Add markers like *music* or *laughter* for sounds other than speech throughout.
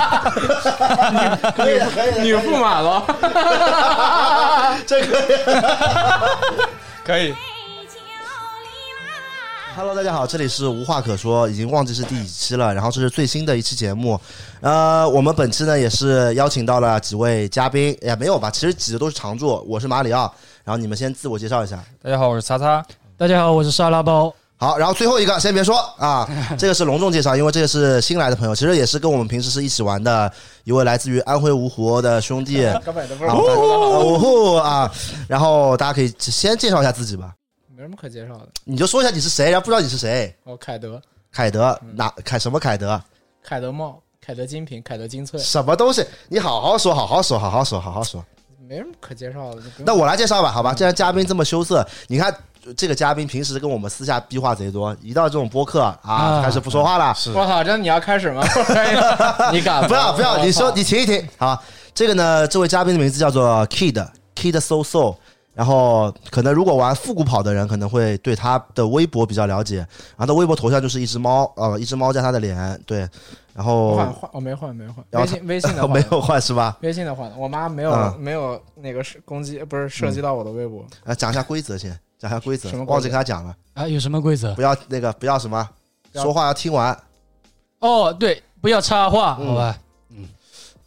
可以的，可以的，女驸马了，这可以。可以。 Hello，大家好，这里是无话可说，已经忘记是第几期了，然后这是最新的一期节目。呃，我们本期呢也是邀请到了几位嘉宾，也没有吧，其实几个都是常驻。我是马里奥，然后你们先自我介绍一下。大家好，我是擦擦。大家好，我是沙拉包。好，然后最后一个先别说啊， *laughs* 这个是隆重介绍，因为这个是新来的朋友，其实也是跟我们平时是一起玩的一位来自于安徽芜湖的兄 *laughs* 弟。啊，根本都不大哦吼啊，然后大家可以先介绍一下自己吧，没什么可介绍的。你就说一下你是谁，然后不知道你是谁。哦，凯德，凯德嗯哪凯什么凯德？凯德帽，凯德精品，凯德精粹，什么东西？你好好说，好好说，好好说，好好说。没什么可介绍的。你不用那我来介绍吧，嗯好吧？既然嘉宾这么羞涩，你看这个嘉宾平时跟我们私下逼话贼多，一到这种播客啊，啊开始不说话了。我操，真的你要 *laughs* 开始吗？你敢吗？不要不我要，操你说你停一停。好，这个呢，这位嘉宾的名字叫做 Kid Kid So So。然后，可能如果玩复古跑的人，可能会对他的微博比较了解。然后，他微博头像就是一只猫，呃，一只猫加他的脸，对。然后换换，我没换，没换。然后他微信微信的换哦 *laughs* 没有换是吧？微信的换的，我妈没有、嗯没有那个是攻击，不是涉及到我的微博。啊，讲一下规则先，讲一下规则什么，规则忘记跟他讲了，啊，有什么规则？不要那个，不要什么，不要说话要听完，哦，对，不要插话，好吧？因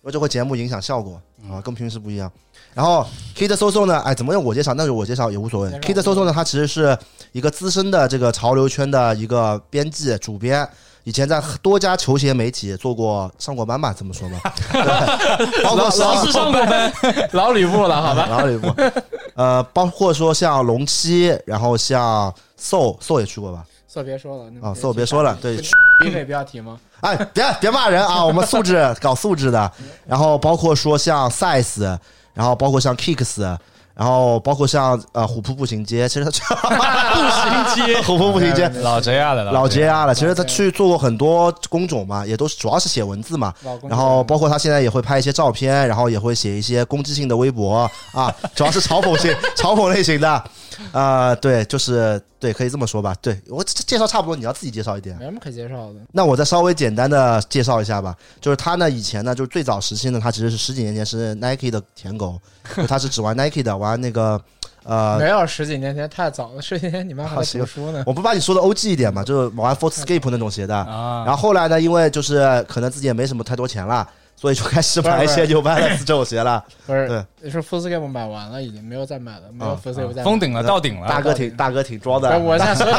为这会节目影响效果啊，跟平时不一样。然后 Kid Soso 呢，哎，怎么用我介绍？那就我介绍也无所谓。介 Kid 绍 Soso 呢，他其实是一个资深的这个潮流圈的一个编辑、主编。以前在多家球鞋媒体做过上过班吧，这么说吧， *laughs* 对包括老上是上过班， *laughs* 老吕布了，好吧？然后一部，呃，包括说像龙七，然后像 So So 也去过吧？算别说了，那啊，So 别说了，对，逼费不要提吗？哎，别别骂人啊！我们素质搞素质的，然后包括说像 size，然后包括像 kicks，然后包括像呃虎扑步行街， *laughs* 其实他步行街，虎扑步行街。老这样的 *laughs* 老 JR 了，其实他去做过很多工种嘛，也都是主要是写文字嘛，老公然后包括他现在也会拍一些照片，然后也会写一些攻击性的微博啊，主要是嘲讽性、嘲讽类型的，啊、对，就是对，可以这么说吧。对我这这介绍差不多，你要自己介绍一点没。什么可介绍的。那我再稍微简单的介绍一下吧，就是他呢，以前呢，就是最早时期呢，他其实是十几年前是 Nike 的舔狗，就他是只玩 Nike 的，玩那个呃，没有十几年前太早了，十几年前你妈啊还在读书呢。我不把你说的 OG 一点嘛，就是玩 Footscape 那种鞋的。嗯啊，然后后来呢，因为就是可能自己也没什么太多钱了，所以就开始买一些牛掰的这种鞋 *laughs* 了。不是，是 f u s c a p 买完了，已经没有再买了，啊没有 f u s c a p 再买。封顶了，到顶了。大哥挺大哥挺装不是的，我现 *laughs* 在所有，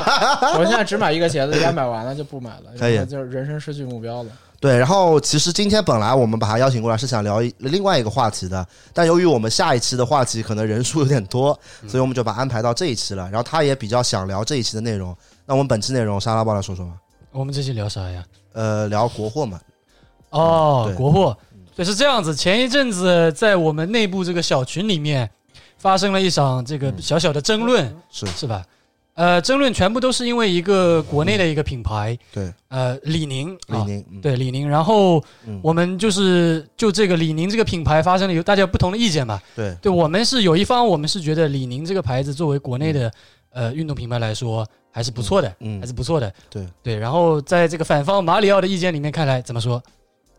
我现在只买一个鞋子，人家买完了就不买了，可以然后就是人生失去目标了。对。然后其实今天本来我们把他邀请过来是想聊一另外一个话题的，但由于我们下一期的话题可能人数有点多，嗯所以我们就把安排到这一期了。然后他也比较想聊这一期的内容。那我们本期内容，沙拉帮来说说嘛。我们这期聊啥呀？呃，聊国货嘛，哦对，国货。对，是这样子。前一阵子在我们内部这个小群里面发生了一场这个小小的争论，是是吧？呃，争论全部都是因为一个国内的一个品牌，对，呃，李宁，李啊宁，嗯，对李宁。然后嗯我们就是就这个李宁这个品牌发生了有大家有不同的意见吧。对，对我们是有一方，我们是觉得李宁这个牌子作为国内的呃运动品牌来说还是不错的，嗯还，是不错的。对对，然后在这个反方马里奥的意见里面看来，怎么说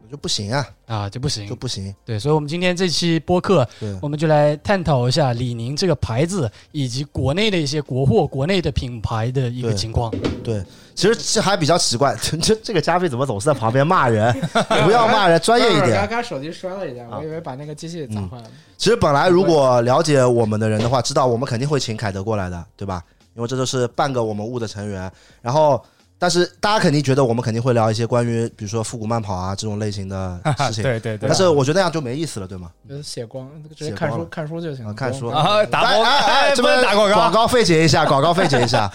我就不行啊，啊就不行就。不行，对，所以我们今天这期播客，对，我们就来探讨一下李宁这个牌子以及国内的一些国货、国内的品牌的一个对情况。嗯其实这还比较奇怪， *laughs* 这这这个嘉宾怎么总是在旁边骂人？ *laughs* 不要骂人，专业一不是点刚。刚手机摔了一下，啊嗯我以为把那个机器砸坏了。其实本来如果了解我们的人的话，知道我们肯定会请凯德过来的，对吧？因为这就是半个我们物的成员。然后，但是大家肯定觉得我们肯定会聊一些关于比如说复古慢跑啊这种类型的事情。啊 *laughs* 对对对但，是我觉得那样就没意思了，对吗？就是血光，直接血看光书了看书就行啊了。看不用书不用啊，打哎广哎哎，这不能边打广广告。告费解一下，广告费解一下。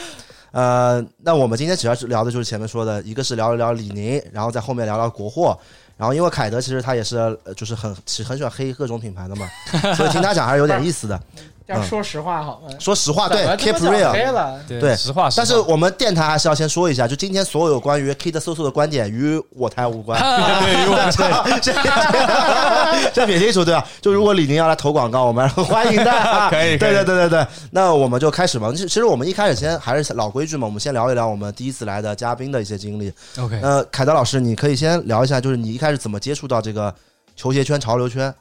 呃，那我们今天主要是聊的就是前面说的，一个是聊一聊李宁，然后在后面聊聊国货。然后因为凯德其实他也是呃就是很其实很喜欢黑各种品牌的嘛，所以听他讲还是有点意思的。要说实话好吗？说实话，嗯啊对怎么这，keep 么早 real，黑了，对实话实话。但是我们电台还是要先说一下，就今天所有关于 Kid Soso 的观点与我台无关。 *laughs* 对，与我台， *laughs* 这这这撇清楚对吧？就如果李宁要来投广告，我们欢迎的啊。 *laughs* 可以可以对对对对对。那我们就开始吧。其实其实我们一开始先还是老规矩嘛，我们先聊一聊我们第一次来的嘉宾的一些经历。 OK，呃，凯德老师，你可以先聊一下，就是你一开开始怎么接触到这个球鞋圈、潮流圈？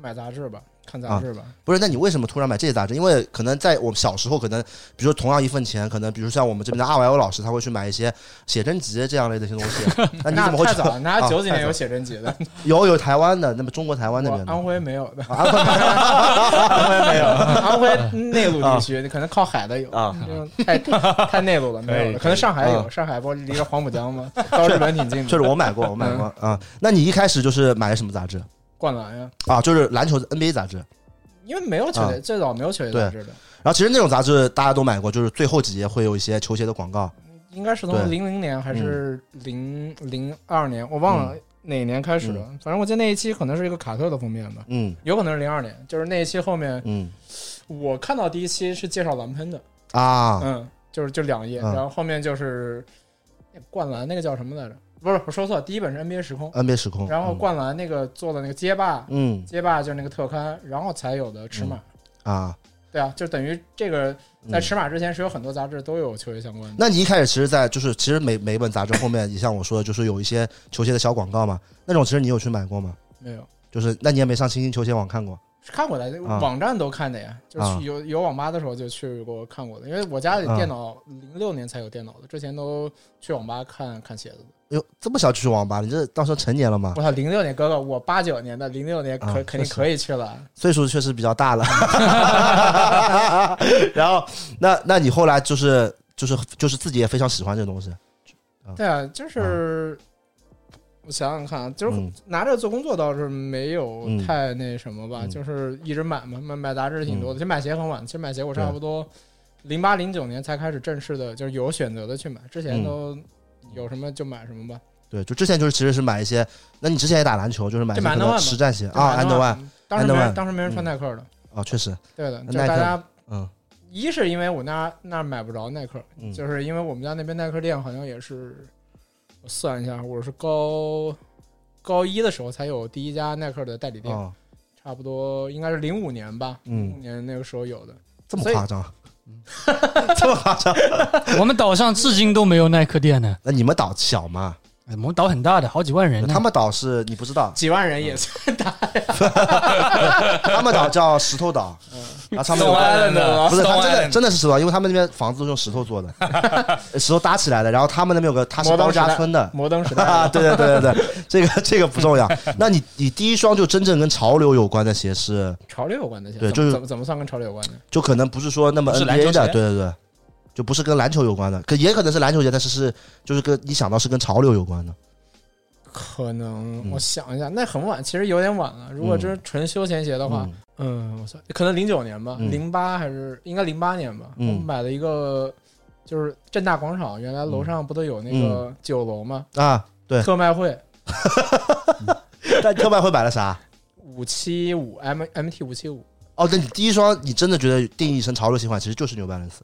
买杂志吧，看啊杂志吧。不是，那你为什么突然买这些杂志？因为可能在我们小时候，可能比如说同样一份钱，可能比如像我们这边的 RYO 老师，他会去买一些写真集这样类的一些东西。 *laughs* 那你那怎么会太去？早了，啊哪九几年太有早写真集的？有有台湾的，那么中国台湾那我边的安徽没 *laughs* 有的，啊安徽安徽没有，安徽内陆地区可能靠海的有，啊这种太太内陆了，可没以有可了。以可能上海有，嗯上海不是离着黄浦江吗？到日本挺 *laughs* 近确的。实我买过，我买过啊。那你一开始就是买什么杂志灌篮呀，啊？就是篮球 NBA 杂志。因为没有球啊队，最早没有球队杂志的，然后其实那种杂志大家都买过，就是最后几页会有一些球鞋的广告。应该是对嗯从零零年还是零零二年，我忘了哪年开始的。反正我记得那一期可能是一个卡特的封面吧，嗯有可能是零二年，就是那一期后面嗯我看到第一期是介绍蓝喷的，啊嗯，就是就两页，嗯然后后面就是哎灌篮那个叫什么来着？不是，我说错了，第一本是 NBA 时空， ，NBA 时空。然后灌篮那个做的那个街霸，嗯街霸就是那个特刊，然后才有的尺码。嗯啊，对啊，就等于这个在嗯尺码之前是有很多杂志都有球鞋相关的。那你一开始其实，在就是其实每每一本杂志后面，也像我说的，就是有一些球鞋的小广告嘛。那种其实你有去买过吗？没有，就是那你也没上新星球鞋网看过是看过的，啊网站都看的呀。就啊去有有网吧的时候就去过看过的，因为我家里电脑零六年才有电脑的，之前都去网吧看看鞋子的。哟，这么小就去网吧，你这到时候成年了嘛？我操，零六年哥哥，我八九年的，零六年可啊肯定确实可以去了。岁数确实比较大了。 *laughs* 然后，那那你后来就是就是就是自己也非常喜欢这个东西。对啊，就是我想想看啊，就是嗯拿着做工作倒是没有嗯太那什么吧，嗯就是一直买嘛，买买杂志挺多的。其实买鞋很晚，其实买鞋我差不多零八零九年才开始正式的，就是有选择的去买，之前嗯都有什么就买什么吧。对，就之前就是其实是买一些，那你之前也打篮球，就是买一就些买可能 Under One 实战鞋就啊买，and 的 one 话当时 And 没 one，人，当时没人嗯穿耐克的，啊，确实，对的，耐就是大克家。嗯一是因为我那那买不着耐克，嗯，就是因为我们家那边耐克店好像也是，我算一下，我是高高一的时候才有第一家耐克的代理店，哦，差不多应该是零五年吧，零五嗯，年那个时候有的。这么所以夸张，啊 *laughs* 这么夸张？ *laughs* 我们岛上至今都没有耐克店呢，那你们岛小嘛？哎我们岛很大的，好几万人呢。哎他们岛是你不知 *laughs* 道，几万人也算大，他们岛叫石头岛，啊嗯，然后他们有个。 Island 的不是，他真的 Stone Island 真的是石头岛，因为他们那边房子都是用石头做的， *laughs* 石头搭起来的。然后他们那边有个，他是摩登高时家代村的，摩登时代啊，的，对对对对对，这个这个不重 *laughs* 要。那你你第一双就真正跟潮流有关的鞋是，潮流有关的鞋，对怎就么是怎么怎么算跟潮流有关的？就可能不是说那么不是篮 NBA 球的，鞋对对对，就不是跟篮球有关的，可也可能是篮球鞋，但是是就是跟你想到是跟潮流有关的。可嗯能我想一下，那很晚，其实有点晚了。如果嗯真是纯休闲鞋的话，嗯嗯，我算可能零九年吧，嗯零八、还是应该零八年吧。嗯我买了一个，就是正大广场原来楼上不都有那嗯个酒楼吗？啊，对，特卖会但特卖会买了啥？五七五 M M T 五七五。哦，那你第一双你真的觉得定义成潮流鞋款，其实就是 New Balance。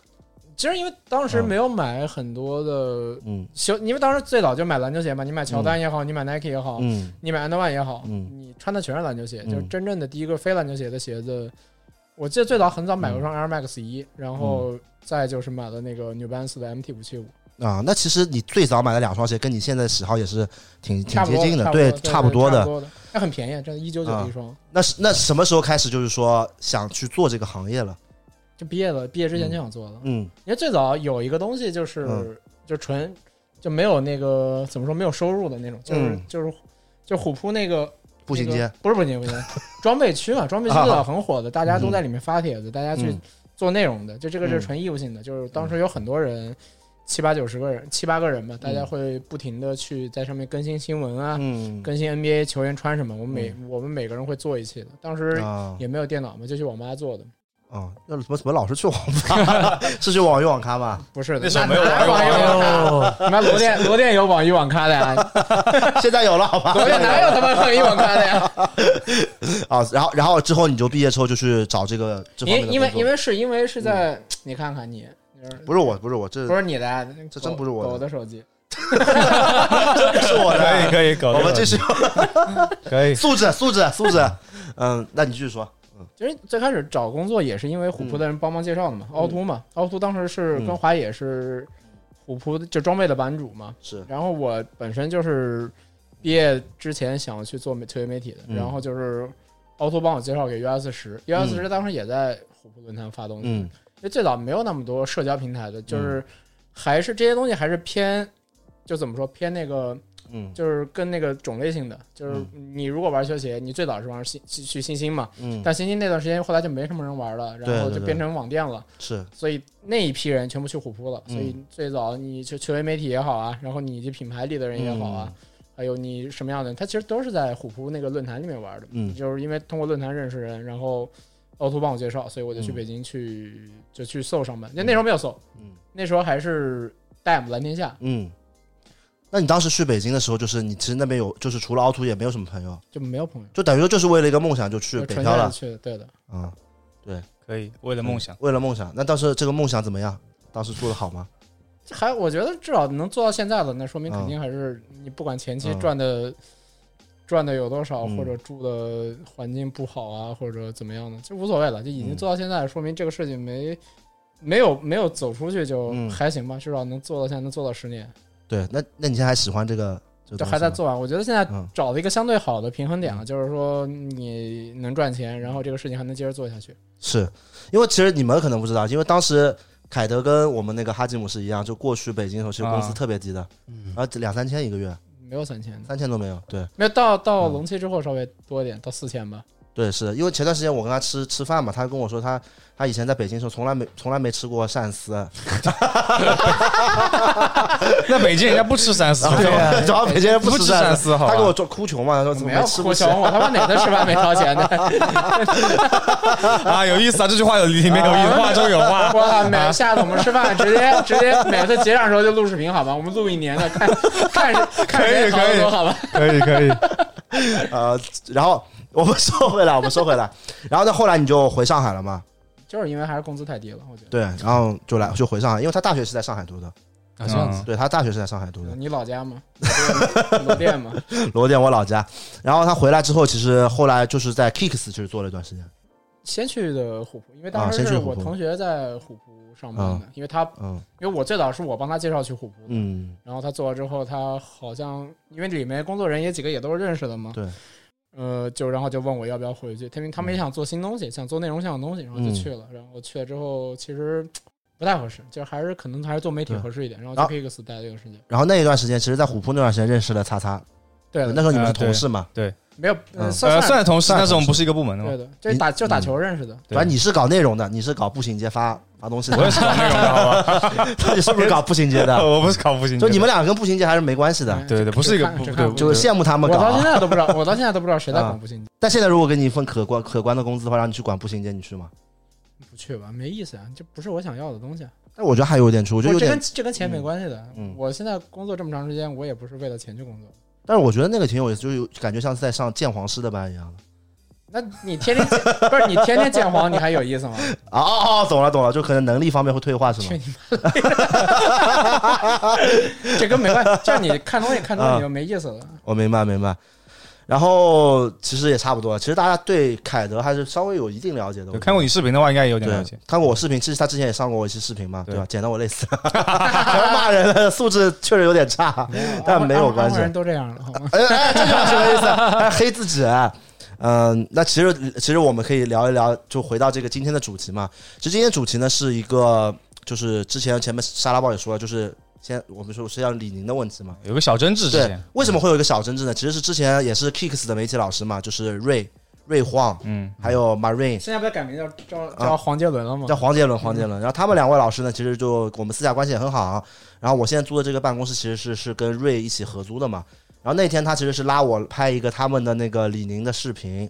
其实因为当时嗯没有买很多的嗯球，因为当时最早就买篮球鞋嘛，你买乔丹也好，你买 Nike 也好，嗯你买 And One 也好，嗯你穿的全是篮球鞋，嗯就是真正的第一个非篮球鞋的鞋子。我记得最早很早买过嗯双 Air Max 一，然后再就是买了那个 New Balance 的 MT 五七五，啊，那其实你最早买的两双鞋跟你现在喜好也是挺挺差不接多近的，差不多对，差不不多的。的，那很便宜，真的，一九啊九一双。那是那什么时候开始就是说想去做这个行业了？就毕业了，毕业之前就想做了，嗯因为最早有一个东西就是、嗯就纯就没有那个怎么说没有收入的那种，就是、嗯就是就虎扑那个步行街，啊那个不是步行街，不 *laughs* 行街，装备区嘛，装备区最早很火的，大家都在里面发帖子，大家去嗯做内容的，就这个嗯是纯义务性的，就是当时有很多人。七八九十个人，七八个人吧，大家嗯会不停的去在上面更新新闻啊，嗯更新 NBA 球员穿什么，我们每、我们每个人会做一期的。当时啊也没有电脑嘛，就去网吧做的。啊，要怎么怎么老是去网吧？ *laughs* 是去网约网咖吗？不是的，那时候没有网哪哎友网网友友哦，他妈罗 *laughs* 店罗店有网易网咖的呀，现在有了好吧？罗店哪有他妈网易网咖的呀？ *laughs* 啊，然后然后之后你就毕业之后就去找这个 *laughs* 这方面因的因为工作嗯因为是因为是在你看看你，就是不是我不是我这不是你的啊，这真不是我的狗的手机，这是我可以的，可以，搞我们这是可以。素质素质素质。嗯，那你继续说。就是最开始找工作也是因为虎扑的人帮忙介绍的嗯嘛，凹凸嘛，凹凸当时是跟华野是虎扑就装备的版主嘛，是然后我本身就是毕业之前想去做媒球鞋媒体的，嗯然后就是凹凸帮我介绍给 US 十，US 十当时也在虎扑论坛发东西，嗯因为最早没有那么多社交平台的，就是还是这些东西还是偏，就怎么说偏那个，嗯就是跟那个种类性的，就是你如果玩球鞋，你最早是玩新去去新星嘛，嗯，但新星那段时间后来就没什么人玩了，然后对对就对变成网店了，是所以那一批人全部去虎扑了，嗯所以最早你去球鞋媒体也好啊，然后你这品牌里的人也好啊，，嗯还有你什么样的人，他其实都是在虎扑那个论坛里面玩的，嗯就是因为通过论坛认识人，然后凹凸帮我介绍，所以我就去嗯北京去、就去搜上班，那那时候没有搜，嗯那时候还是 DM 蓝天下，嗯。那你当时去北京的时候，就是你其实那边有，就是除了凹凸也没有什么朋友，就没有朋友，就等于说就是为了一个梦想就去就北纯漂粹了的，去的，对的，嗯，可以，为了梦想，为了梦想。那当时这个梦想怎么样？当时做的好吗？这还我觉得至少能做到现在的，那说明嗯肯定还是你不管前期嗯赚的、赚的有多少，嗯或者住的环境不好啊，或者怎么样的，这无所谓了，就已经嗯做到现在，说明这个事情没没有没有走出去就嗯还行吧，至少能做到现在能做到十年，对，那那你现在还喜欢这个？这就个还东在西吗，做完。啊我觉得现在嗯找了一个相对好的平衡点了，嗯就是说你能赚钱，然后这个事情还能接着做下去。是因为其实你们可能不知道，因为当时凯德跟我们那个哈吉姆是一样，就过去北京的时候，其实工资啊特别低的，嗯然，后两三千一个月，没有三千的，三千都没有。对没有到到嗯龙七之后稍微多一点，到四千吧。对，是的因为前段时间我跟他吃吃饭嘛，他跟我说他他以前在北京的时候从来没从来没吃过鳝丝，那北京人家不吃三丝，对啊好吧主要北京人不吃吃鳝鳝，丝，哦好他给我吧？做哭穷嘛，他说怎么没没有吃哭不起穷，我他妈哪顿吃饭没掏钱的？啊，有意思啊，这句话有里面有意思，话中有话。 *laughs* 我操！每下次我们吃饭直接直接每次结账的时候就录视频好吧？我们录一年的， *laughs* 看看谁看谁好得多好吧？可以可以，啊呃，然后我们收回来，我们收回来，然后呢，后来你就回上海了嘛？就是因为还是工资太低了，我觉得。对，然后就来就回上海，因为他大学是在上海读的，啊，这样子，对他大学是在上海读的，你老家吗？ *laughs* 罗店吗？罗店我老家。然后他回来之后，其实后来就是在 Kicks 就是做了一段时间，先去的虎扑，因为啊当时先去是虎我扑同学在虎扑上班的，因为他嗯因为我最早是我帮他介绍去虎扑的，嗯然后他做了之后，他好像因为里面工作人也几个也都是认识的嘛，对，呃，就然后就问我要不要回去，他们他们也想做新东西，想做内容向的东西，然后就嗯去了。然后去了之后，其实不太合适，就还是可能还是做媒体对啊合适一点。然然后后去 Kicks 待了一个时间，然后那一段时间，其实，在虎扑那段时间认识了叉叉，对那时的，候你们是啊对同事嘛，没有嗯呃算呃，算算是同事，算但是我同们事不是一个部门的嘛对。的，就你打就嗯打球认识的，对反正你是搞内容的，你是搞步行街发发东西我也的， *laughs* 是搞内容的，好吧？你是不是搞步行街的？ *laughs* 我不是搞复兴的，就你们俩跟步行街还是没关系的，嗯对对只不是一个只看不只对看就是羡慕他我们搞到现啊。 *laughs* 在都不知道，我到现在都不知道谁在啊管步行街，但现在如果给你一份可观可观的工资的话，让你去管步行街，你去吗？不去吧，没意思啊，这不是我想要的东西啊。但我觉得还有点出，我觉得有这跟点，这跟钱没关系的嗯。我现在工作这么长时间，我也不是为了钱去工作。但是我觉得那个挺有意思，就是有感觉像是在上鉴黄师的班一样的。那你天天 *laughs* 不是你天天见黄，你还有意思吗？哦 *laughs* 哦哦，懂了懂了，就可能能力方面会退化是吗去？你妈的！这跟没关系，这样你看东西看东西就没意思了。我哦明白明白。然后其实也差不多，其实大家对凯德还是稍微有一定了解的。对看过你你视频的话，应该也有点了对解。看过我视频，其实他之前也上过我一期视频嘛，对对吧？剪得我累死了， *laughs* 骂人了，素质确实有点差。但没有关系安徽人都这样了，好吗？哎哎，这就是什么意思？哎，黑自己。嗯，那其实其实我们可以聊一聊，就回到这个今天的主题嘛。其实今天主题呢是一个，就是之前前面沙拉豹也说了，就是先我们说是要李宁的问题嘛。有个小争执之对前，，为什么会有一个小争执呢？其实是之前也是 Kicks 的媒体老师嘛，就是瑞瑞晃，嗯，还有 Marine， *laughs* 现在不是改名叫叫啊叫黄杰伦了吗叫？黄杰伦，黄杰伦。然后他们两位老师呢，其实就我们私下关系也很好、啊然后我现在租的这个办公室其实是是跟瑞一起合租的嘛。然后那天他其实是拉我拍一个他们的那个李宁的视频。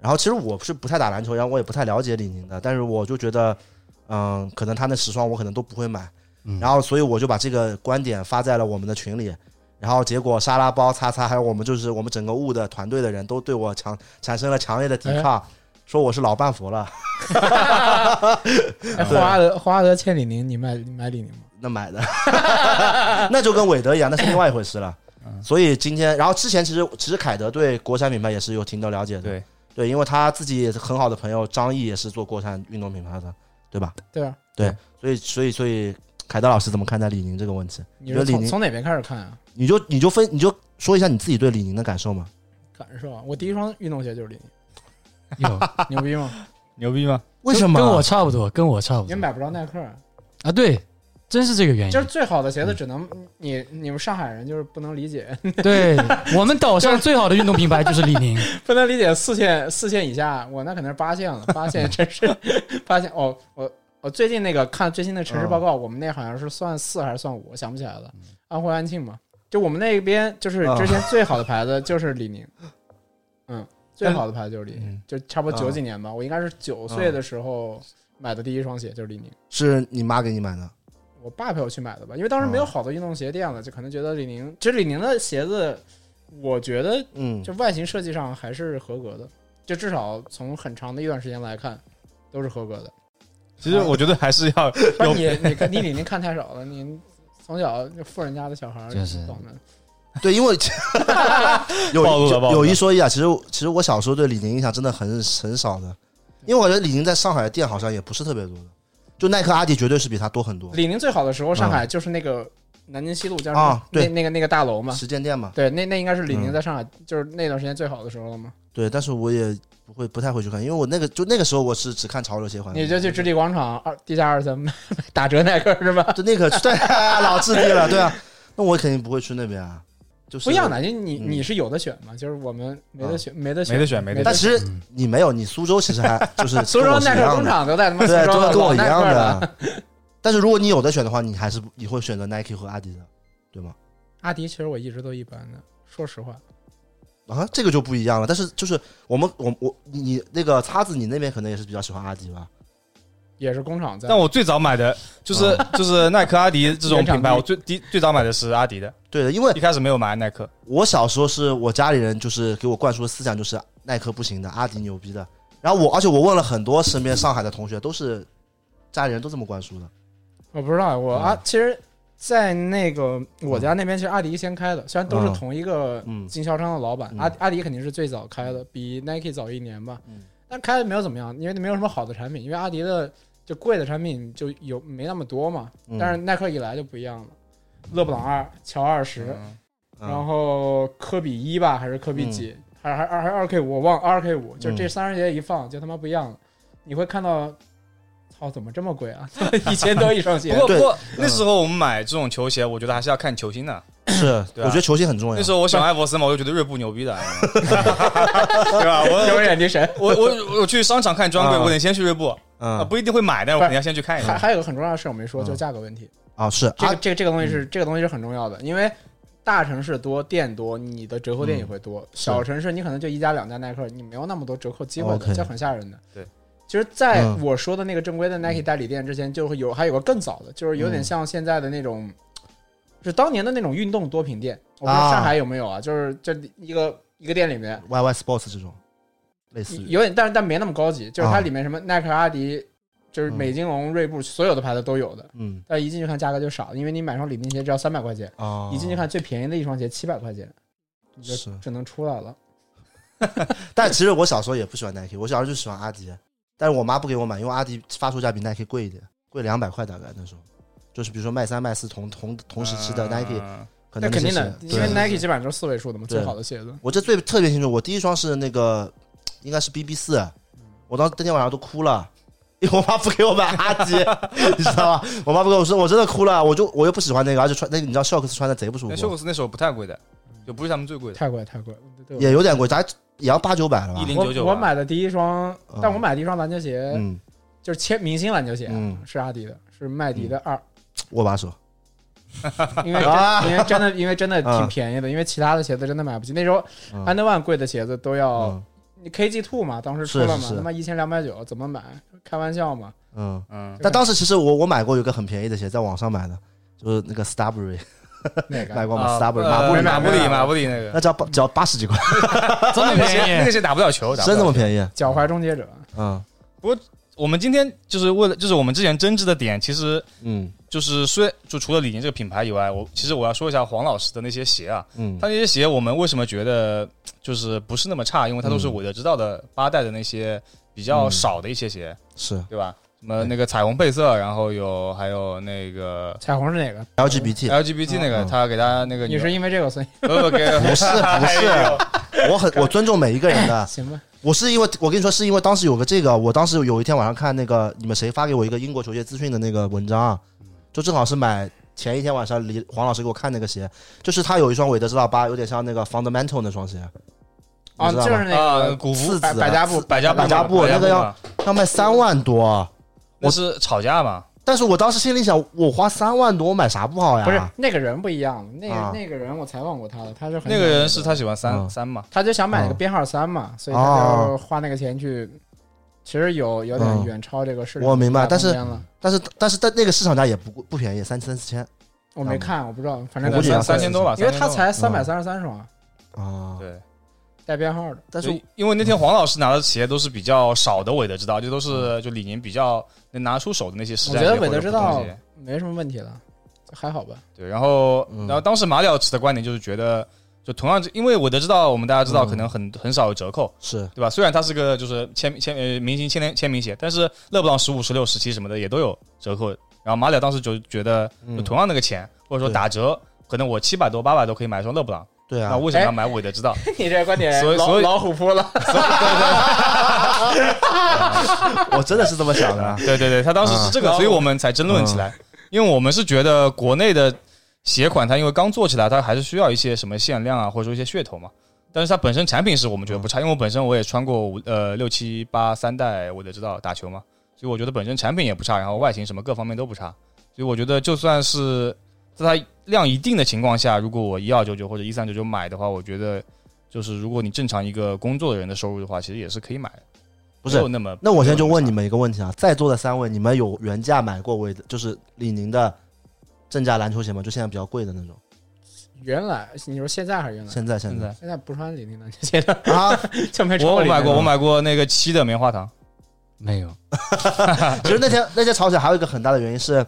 然后其实我是不太打篮球，然后我也不太了解李宁的，但是我就觉得，嗯，可能他那十双我可能都不会买。然后所以我就把这个观点发在了我们的群里。然后结果沙拉包、擦擦，还有我们就是我们整个雾的团队的人都对我强产生了强烈的抵抗，说我是老半佛了，哎霍华德霍华德欠李宁，你买你买李宁吗？那买的， *laughs* 那就跟韦德一样，那是另外一回事了。所以今天，然后之前其实其实凯德对国产品牌也是有挺多了解的，对对，因为他自己很好的朋友张毅也是做国产运动品牌的，对吧？对啊吧？所以所以所以凯德老师怎么看待李宁这个问题？你觉是得李从宁从哪边开始看啊？你就你就分你就说一下你自己对李宁的感受吗？感受啊，我第一双运动鞋就是李宁，嗯有 *laughs* 牛逼吗？牛逼吗？为什么？啊跟我差不多，跟我差不你多买不着耐克，啊，对，真是这个哎原就是因。最好的鞋子只能你你们上海人就是不能理解，对我们岛上最好的运动品牌就是李宁，不能理解四线四线以下，我那可能是八线了，八线真 *laughs* 是八线哦，我我最近那个看最新的城市嗯报告，我们那好像是算四还是算五，我想不起来了，安徽安庆嘛，就我们那边就是嗯啊之前最好的牌子就是李 *laughs* 宁，嗯，最好的牌子就是李宁，嗯就差不多啊九几年吧，我应该是九岁的时候买的第一双鞋就是李宁。是你妈给你买的？我爸陪我去买的吧，因为当时嗯没有好的运动鞋店了，就可能觉得李宁，其实李宁的鞋子，我觉得嗯，就外形设计上还是合格的，就至少从很长的一段时间来看，都是合格 *laughs* 的。其实我觉得还是要不然你你看你李宁看太少了，你从小就富人家的小孩儿就是懂的，嗯对，因为 *laughs* 有暴露了暴露了有一说一啊，其实其实我小时候对李宁印象真的很很少的，因为我觉得李宁在上海的店好像也不是特别多的，就耐克、阿迪绝对是比它多很多。李宁最好的时候，上海就是那个南京西路叫什么？嗯啊对嗯那那个那个大楼嘛。实践店嘛，对，那那应该是李宁在上海，就是那段时间最好的时候了嘛。对，但是我也不会不太会去看，因为我那个就那个时候我是只看潮流鞋环，你就去置地广场二地下二层 *laughs* 买买打折耐克是吧？就那个对、 *laughs* 老质地了，对啊，那我肯定不会去那边啊，就是不一样的，就你嗯啊你是有的选嘛，就是我们没得选，没得选，没得选，没得但选。其实嗯你没有，你苏州其实 *laughs* 还就是苏跟州我是耐一克样工的厂都在他妈苏对，州都了是跟我一老耐样克了。的。但是如果你有的选的话，你还是你会选择 Nike 和阿迪的，对吗？阿迪其实我一直都一般的，说实话，啊，这个就不一样了。但是就是我们我我你你那个叉子，你那边可能也是比较喜欢阿迪吧？也是工厂在。但我最早买的就是就是耐克、阿迪这种嗯品牌，我最第最早买的是阿迪的，对的，因为一开始没有买耐克。我小时候是我家里人就是给我灌输的思想就是耐克不行的，阿迪牛逼的。然后我而且我问了很多身边上海的同学，都是家里人都这么灌输的。我不知道，我嗯啊，其实，在那个我家那边，其实阿迪先开的，虽然都是同一个嗯经销商的老板，嗯阿阿迪肯定是最早开的，比 Nike 早一年吧嗯，但开的没有怎么样，因为没有什么好的产品，因为阿迪的就贵的产品就有没那么多嘛，嗯但是耐克一来就不一样了，勒布朗二、乔二十，嗯然后科比一吧，还是科比几，还还还还二 K 五，我忘二 K 五，就是这嗯三双鞋一放就他妈不一样了，你会看到，操，怎么这么贵 *laughs* 啊？ *laughs* 一千多一双不鞋，过不对过那时候我们买这种球鞋，我觉得还是要看球星的。 *laughs* 是、对啊我觉得球星很重要。那时候我喜欢艾弗森嘛，我就觉得锐步牛逼的， *laughs* 对吧？永 *laughs* 我远女神。我我我去商场看专柜，啊我得先去锐步，啊嗯不一定会买，但是我肯定要先去哎看一还 *laughs* 下。还有个很重要的事我没说，就是嗯价格问题。啊嗯是这阿个这个这个东西是这个东西是很重要的，因为大城市多店多，你的折扣店也会嗯多。小城市你可能就一家两家耐克，你没有那么多折扣机会的， OK 这很吓人的。对。其实，在嗯我说的那个正规的 Nike 代理店之前，就会有还有个更早的，就是嗯有点像现在的那种，是当年的那种运动多品店。我不知道啊上海有没有啊？就是这一个一个店里面 YY Sports 这种类似于有点，但是但没那么高级，就是它啊里面什么耐克、阿迪，就是美津浓、锐步，所有的牌子都有的。嗯但一进去看价格就少，因为你买双李宁鞋只要三百块钱，啊一进去看最便宜的一双鞋七百块钱，你就是只能出来了。但其实我小时候也不喜欢 Nike，我小时候就喜欢阿迪，但是我妈不给我买，因为阿迪发售价比 Nike 贵一点，贵两百块大概那时候。就是比如说卖三卖四同同同时期的 Nike，、嗯可啊那能肯些定的，鞋因为对 Nike 基本上都是四位数的嘛，对最好的鞋子。我这最特别清楚，我第一双是那个应该是 BB 四，我当时当天晚上都哭了。因为我妈不给我买阿迪， *laughs* 你知道吗？我妈不跟我说，我真的哭了。我就我又不喜欢那个，而且穿那个你知道 Shox 穿的贼不舒那秀服，克斯那时候不太贵的，就不是他们最贵的。太贵太贵，对也有点贵，咱也要八九百了吧？ 1099我我吧买的第一双啊嗯，但我买的第一双篮球鞋嗯，就是签明星篮球鞋啊嗯，是阿迪的，是麦迪的 *laughs* 二，握把手，因为啊真因为真的因为真的挺嗯便宜的，因为其他的鞋子真的买不起。那时候嗯 Under One 贵的鞋子都要嗯 KG Two 嘛，当时出是了嘛是，是他妈一千两百九怎么买？ *laughs* 开玩笑嘛。嗯，嗯，但当时其实我我买过有一个很便宜的鞋，在网上买的，就是那个 Starbury，那 *laughs* 个买过吗啊？Starbury 呃哦马布里，马布没里买马布里那个那只要八只要八十几块，这么那个鞋那便个宜，鞋打不了球，打不了真这么球便宜？脚踝终结者，嗯我们今天就是为了，就是我们之前争执的点，其实嗯就是虽就除了李宁这个品牌以外，我其实我要说一下黄老师的那些鞋啊，嗯他那些鞋我们为什么觉得就是不是那么差，因为它都是嗯我的知道的八代的那些比较少的一些鞋，是对吧？什么那个彩虹配色，然后有还有那个彩虹是哪个？ LGBT， LGBT 那个，嗯他给他那个你女是因为这个所以。不不给不是不是 *laughs* 哎呦我很我尊重每一个人的 *laughs* 行吧？我是因为我跟你说，是因为当时有个这个，我当时有一天晚上看那个你们谁发给我一个英国球鞋资讯的那个文章啊，就正好是买前一天晚上李黄老师给我看那个鞋，就是他有一双韦德之道八，有点像那个 Fundamental 那双鞋，啊，你知就道是吗？那啊，个古四服子啊百百家布啊四百家布百家布百那个要嘛要卖三万多，啊那是吵架嘛？但是我当时心里想，我花三万多我买啥不好呀？不是那个人不一样，那啊个那个人我采访过他的，他是很那个人是他喜欢嗯三三嘛？他就想买那个啊编号三嘛，所以啊他就花那个钱去，其实有有嗯点远超这个市场我明白大空但是间了但是但是但那个市场价也不贵不便宜，三三四千我没看，我不知道，反正我估计三啊三千多吧，因为三千他多吧才三百三十三双啊啊。对。带编号的，但是就因为那天黄老师拿的鞋都是比较少的韦德之道，就都是就李宁比较能拿出手的那些嗯实我战觉鞋得或韦者德之普通道鞋。没什么问题了，还好吧？对，然后嗯然后当时马里奥持的观点就是觉得，就同样因为韦德之道我们大家知道嗯可能很很少有折扣，是对吧？虽然它是个就是签签呃明星签名签名鞋，但是勒布朗十五、十六、十七什么的也都有折扣。然后马里奥当时就觉得，就嗯同样那个钱或者说对打折，可能我七百多、八百多可以买一双勒布朗，对啊那，为什么要买韦德之道？你这观点所以所老以老虎扑了，我真的是这么想的。 *laughs* 啊对对对，他当时是这个，啊所以我们才争论起来，因为我们是觉得国内的鞋款，它因为刚做起来，它还是需要一些什么限量啊，或者说一些噱头嘛。但是它本身产品是我们觉得不差，因为我本身我也穿过五嗯呃六七八三代，我得知道打球嘛，所以我觉得本身产品也不差，然后外形什么各方面都不差，所以我觉得就算是在它量一定的情况下，如果我一二九九或者一三九九买的话，我觉得就是如果你正常一个工作的人的收入的话，其实也是可以买的，不是没有那 *laughs* 么那我现在就问你们。们一个问题啊，在座的三位，你们有原价买过韦德，就是李宁的正价篮球鞋吗？就现在比较贵的那种。原来你说现在还是原来？现在现现在在现在不穿李宁的鞋了，啊， *laughs* 就没穿我我李宁买过，的我买过那个七的棉花糖，没有，其实那天那天吵起来还有一个很大的原因是，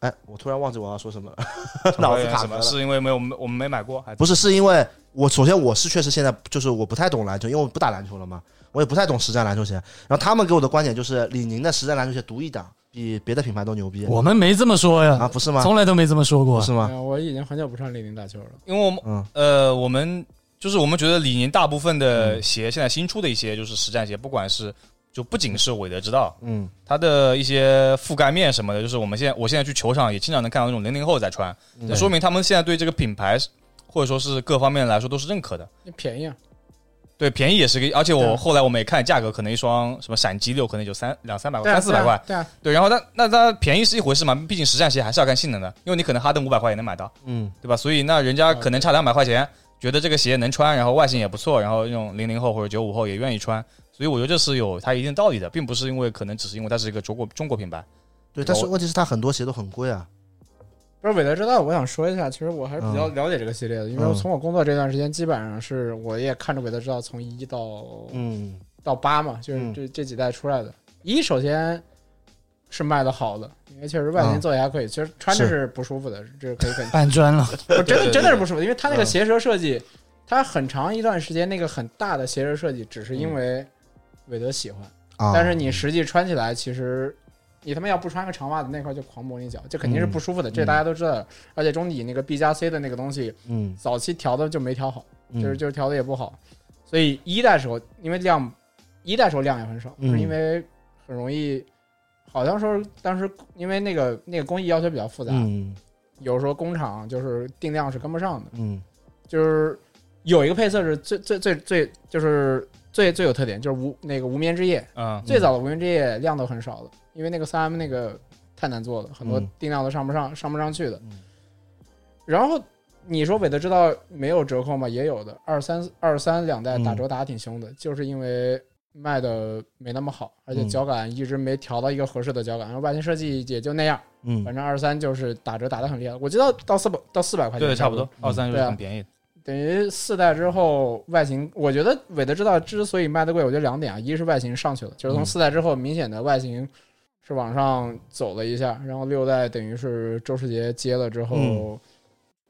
哎，我突然忘记我要说什么了，脑子卡什壳么？了。是因为没有我们我们没买过，还不是，是因为我首先我是确实现在就是我不太懂篮球，因为我不打篮球了嘛，我也不太懂实战篮球鞋。然后他们给我的观点就是，李宁的实战篮球鞋独一档，比别的品牌都牛逼我们没这么说啊，呀，不是吗？从来都没这么说不过。是吗？嗯我已经很久不穿李宁打球了。因为我们嗯呃我们就是我们觉得李宁大部分的鞋现在新出的一些就是实战鞋，不管是就不仅是韦德之道，嗯，它的一些覆盖面什么的，就是我们现在我现在去球场也经常能看到那种零零后在穿，那对说明他们现在对这个品牌或者说是各方面来说都是认可的。那便宜啊，对，便宜也是个，而且我对后来我们也看价格，可能一双什么闪击六可能就三两三百块，对啊三四百块，，对啊，对，然后那那它便宜是一回事嘛，毕竟实战鞋还是要看性能的，因为你可能哈登五百块也能买到，嗯，对吧？所以那人家可能差两百块钱，觉得这个鞋能穿，然后外形也不错，然后那种零零后或者九五后也愿意穿，所以我觉得这是有它一定道理的，并不是因为可能只是因为它是一个中国中国品牌，对。但是问题是，它很多鞋都很贵啊。不是韦德之道，我想说一下，其实我还是比较了解这个系列的，因为嗯从我工作这段时间，基本上是我也看着韦德之道从一到嗯，到八嘛，就是嗯这这几代出来的。一首先是卖的好的，因为确实外形嗯做的还可以，其实穿着是是不舒服的，这是 *laughs* 可以肯定。搬砖了，我真对的对真的是对不舒服，因为它那个嗯鞋舌设计，它很长一段时间那个很大的鞋舌设计，只是嗯因为韦德喜欢，啊，但是你实际穿起来，其实你他妈要不穿个长袜子，那块就狂磨你脚，这肯定是嗯不舒服的，这大家都知道的。而且中底那个 B 加 C 的那个东西，嗯，早期调的就没调好，嗯就是就是调的也不好，所以一代时候因为量，一代时候量也很少，嗯是因为很容易，好像说当时因为那个那个工艺要求比较复杂，嗯有时候工厂就是定量是跟不上的，嗯就是有一个配色是最最最最就是最最有特点，就是无那个无眠之夜，嗯，最早的无名之夜量都很少的，因为那个三 M 那个太难做了，很多嗯定量都上不上、上不上去的嗯。然后你说韦德之道没有折扣吗？也有的，二三二三两代嗯打折打得挺凶的，就是因为卖的没那么好，而且嗯脚感一直没调到一个合适的脚感，然后外形设计也就那样。嗯反正二三就是打折打得很厉害，我记得到四百到四百块钱，对，差不多。二三就是对啊很便宜的，等于四代之后外形，我觉得韦德之道之所以卖得贵，我觉得两点啊，一是外形上去了，就是从嗯四代之后明显的外形是往上走了一下，然后六代等于是周世杰接了之后，嗯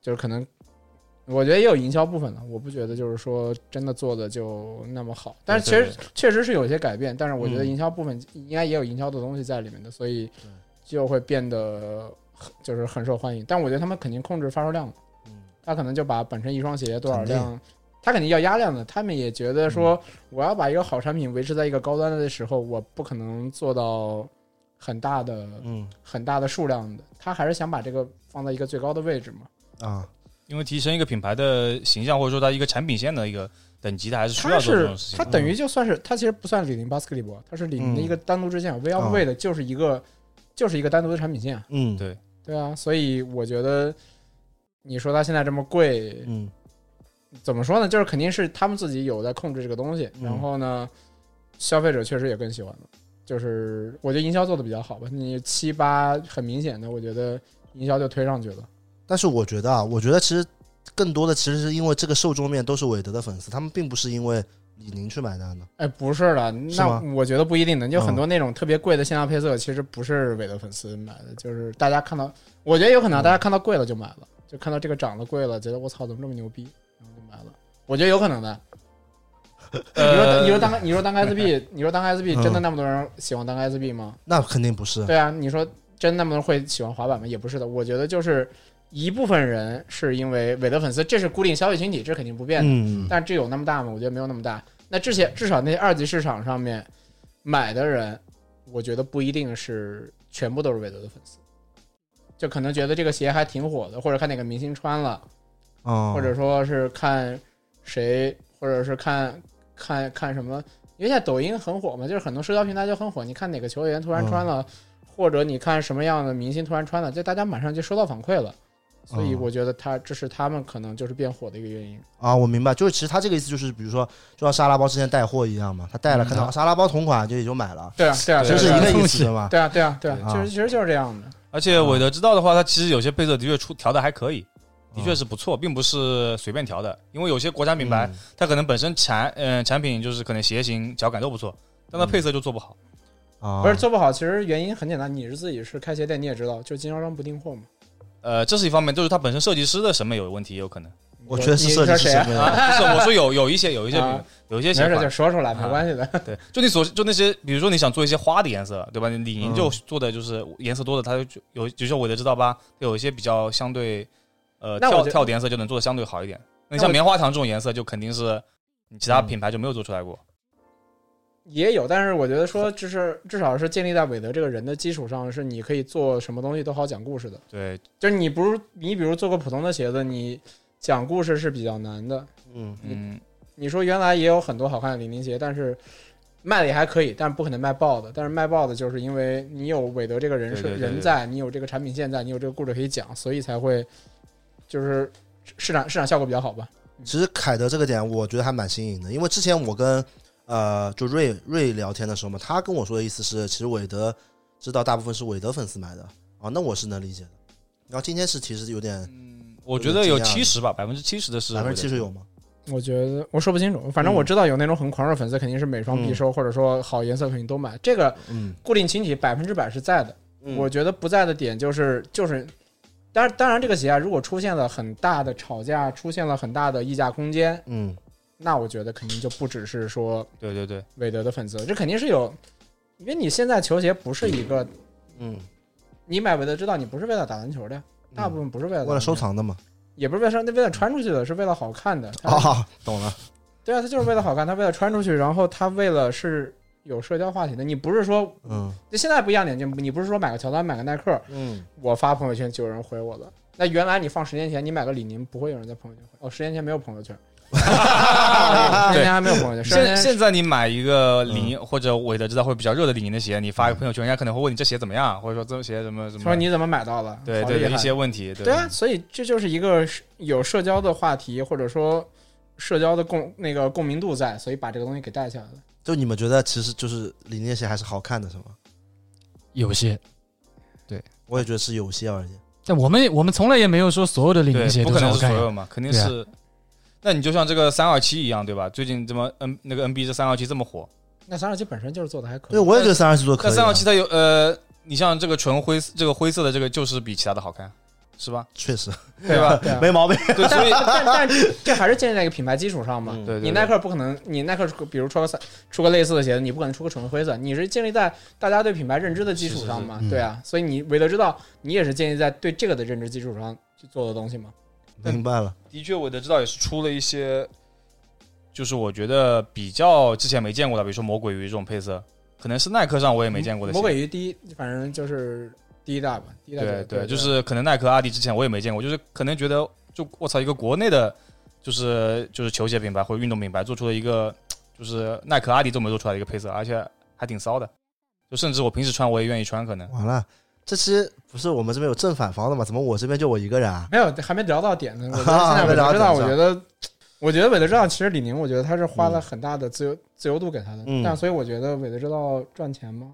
就是可能我觉得也有营销部分了，我不觉得就是说真的做的就那么好，但是其对实对确实是有些改变，但是我觉得嗯营销部分应该也有营销的东西在里面的，所以就会变得很就是很受欢迎。但我觉得他们肯定控制发售量了，嗯他可能就把本身一双鞋多少肯定量，他肯定要压量的。他们也觉得说，嗯我要把一个好产品维持在一个高端的时候，我不可能做到很大的嗯很大的数量的，他还是想把这个放在一个最高的位置嘛。啊，因为提升一个品牌的形象，或者说它一个产品线的一个等级，它还是需他要做这是种事他情。等于就算是他其实不算李宁 basketball，他是李宁的一个嗯单独支线。V L V 的就是一个就是一个单独的产品线，嗯对对啊，所以我觉得你说它现在这么贵，嗯怎么说呢？就是肯定是他们自己有在控制这个东西，嗯然后呢，消费者确实也更喜欢了。就是我觉得营销做的比较好吧，你七八很明显的，我觉得营销就推上去了。但是我觉得啊，我觉得其实更多的其实是因为这个受众面都是韦德的粉丝，他们并不是因为李宁去买单的。哎，不是的，是吗那我觉得不一定的，就嗯很多那种特别贵的限量配色，其实不是韦德粉丝买的，就是大家看到，我觉得有可能嗯啊大家看到贵了就买了，就看到这个涨得贵了，觉得我操怎么这么牛逼，然后就买了。我觉得有可 *laughs* 能的。你说呃你说当你说 *laughs* 当 SB，你说当 SB 嗯真的那么多人喜欢当 SB 吗？那肯定不是，对啊，你说真那么多人会喜欢滑板吗？也不是的，我觉得就是一部分人是因为韦德粉丝，这是固定消费群体，这肯定不变的。嗯，但这有那么大吗？我觉得没有那么大。那这些至少那些二级市场上面买的人，我觉得不一定是全部都是韦德的粉丝，就可能觉得这个鞋还挺火的，或者看哪个明星穿了，哦，或者说是看谁，或者是看看看什么。因为现在抖音很火嘛，就是很多社交平台就很火。你看哪个球员突然穿哦了，或者你看什么样的明星突然穿了，就大家马上就收到反馈了。所以嗯我觉得他这是他们可能就是变火的一个原因。啊，我明白，就是其实他这个意思就是，比如说就像沙拉包之前带货一样嘛，他带了嗯看到沙拉包同款就也就买了，对啊，对啊，其对实啊是对啊一个对意思的嘛。对啊，对啊，对啊，对其实其实就是这样的。而且韦德知道的话，它其实有些配色的确出调的还可以，的确是是不错，并不是随便调的。因为有些国产品牌，它可能本身产嗯、产品就是可能鞋型、脚感都不错，但它配色就做不好。啊，不是做不好，其实原因很简单，你是自己是开鞋店，你也知道，就经销商不订货嘛。呃，这是一方面，就是它本身设计师的审美有问题，也有可能。我觉得是你设计师谁啊？审美的，啊，不是，我说有有一些有一些品啊有一 *laughs* 些没鞋事，款就，说出来，没啊关系的。对，就你所就那些，比如说你想做一些花的颜色，对吧？你李嗯宁就做的就是颜色多的，它就就有，就像我的知道吧，有一些比较相对，呃，那我跳觉跳的颜色就能做的相对好一点。那那像我棉花糖这种颜色，就肯定是你其他嗯品牌就没有做出来过。也有，但是我觉得说，就是至少是建立在韦德这个人的基础上，是你可以做什么东西都好讲故事的。对，就是你不是你，比如做个普通的鞋子，你讲故事是比较难的。嗯，嗯，你说原来也有很多好看的零零鞋，但是卖的也还可以，但是不可能卖爆的。但是卖爆的就是因为你有韦德这个人是对对对人对在，你有这个产品线在，你有这个故事可以讲，所以才会就是市场市场效果比较好吧。其实凯德这个点，我觉得还蛮新颖的，因为之前我跟呃就瑞瑞聊天的时候嘛，他跟我说的意思是，其实韦德知道大部分是韦德粉丝买的啊，那我是能理解的。然后今天是其实有点我觉得有有点惊讶七十吧，百分之七十的是百分之七十有吗？我觉得我说不清楚，反正我知道有那种很狂热粉丝，肯定是每双必收，或者说好颜色肯定都买。这个嗯，固定群体百分之百是在的，我觉得不在的点就是就是，当然当然这个鞋啊，如果出现了很大的吵架，出现了很大的溢价空间，嗯那我觉得肯定就不只是说对对对，韦德的粉丝，这肯定是有，因为你现在球鞋不是一个，嗯，你买韦德知道你不是为了打篮球的呀，大部分不是为了打篮嗯球为了收，藏的嘛。也不是为了收那为了穿出去的，是为了好 *laughs* 看的。它啊，懂了。对啊，他就是为了好看，他为了穿出去，然后他为了是有社交话题的。你不是说，嗯就现在不一样点，就你不是说买个乔丹买个耐克，嗯，我发朋友圈就有人回我了。那原来你放十年前，你买个李宁不会有人在朋友圈回，哦，十年前没有朋友 *laughs* 圈，十年前还没有朋友圈，十年现前现在你买一个嗯李宁或者韦德知道会比较热的李宁的鞋，你发一个朋友圈，人家可能会问你这鞋怎么样，或者说这鞋什么什他么，说你怎么买到了？对好对厉对害一些问题，对啊，所以这就是一个是有社交的话题，或者说社交的共那个共鸣度在，所以把这个东西给带起来了。就你们觉得其实就是李宁鞋还是好看的，是吗？有些，我也觉得是有些而已。但我们我们从来也没有说所有的领对，英鞋不都可能好是看所的。有嘛，肯定啊是。那你就像这个三二七一样，对吧？最近怎么 N 那个 NB 这三二七这么火？那三二七本身就是做的还可对，以，我也觉得三二七做得可但以啊。三二七它有呃，你像这个纯灰色这个灰色的这个就是比其他的好看，是吧？确实对 *laughs* 吧？对啊没毛病。对，所以但但这还是建立在一个品牌基础上嘛。嗯对对你对耐克不可能，你耐克出比如出个三出个类似的鞋子，你不可能出个纯灰色，你是建立在大家对品牌认知的基础上嘛？是是是嗯对啊，所以你韦德之道，你也是建立在对这个的认知基础上去做的东西嘛？明白了，的确，我的知道也是出了一些，就是我觉得比较之前没见过的，比如说魔鬼鱼这种配色，可能是耐克上我也没见过的嗯鞋。魔鬼鱼第一，反正就是第一代吧，第一代对对，就是可能耐克、阿迪之前我也没见过，就是可能觉得就我操一个国内的，就是就是球鞋品牌或者运动品牌做出了一个就是耐克、阿迪都没做出来的一个配色，而且还挺骚的，就甚至我平时穿我也愿意穿，可哦能完了，这期不是我们这边有正反方的嘛？怎么我这边就我一个人啊？没有还没聊到点呢。我觉得啊现在还没韦聊德到之道，点我是觉得。我觉得韦德之道其实李宁，我觉得他是花了很大的自由、自由度给他的，嗯但所以我觉得韦德之道赚钱吗？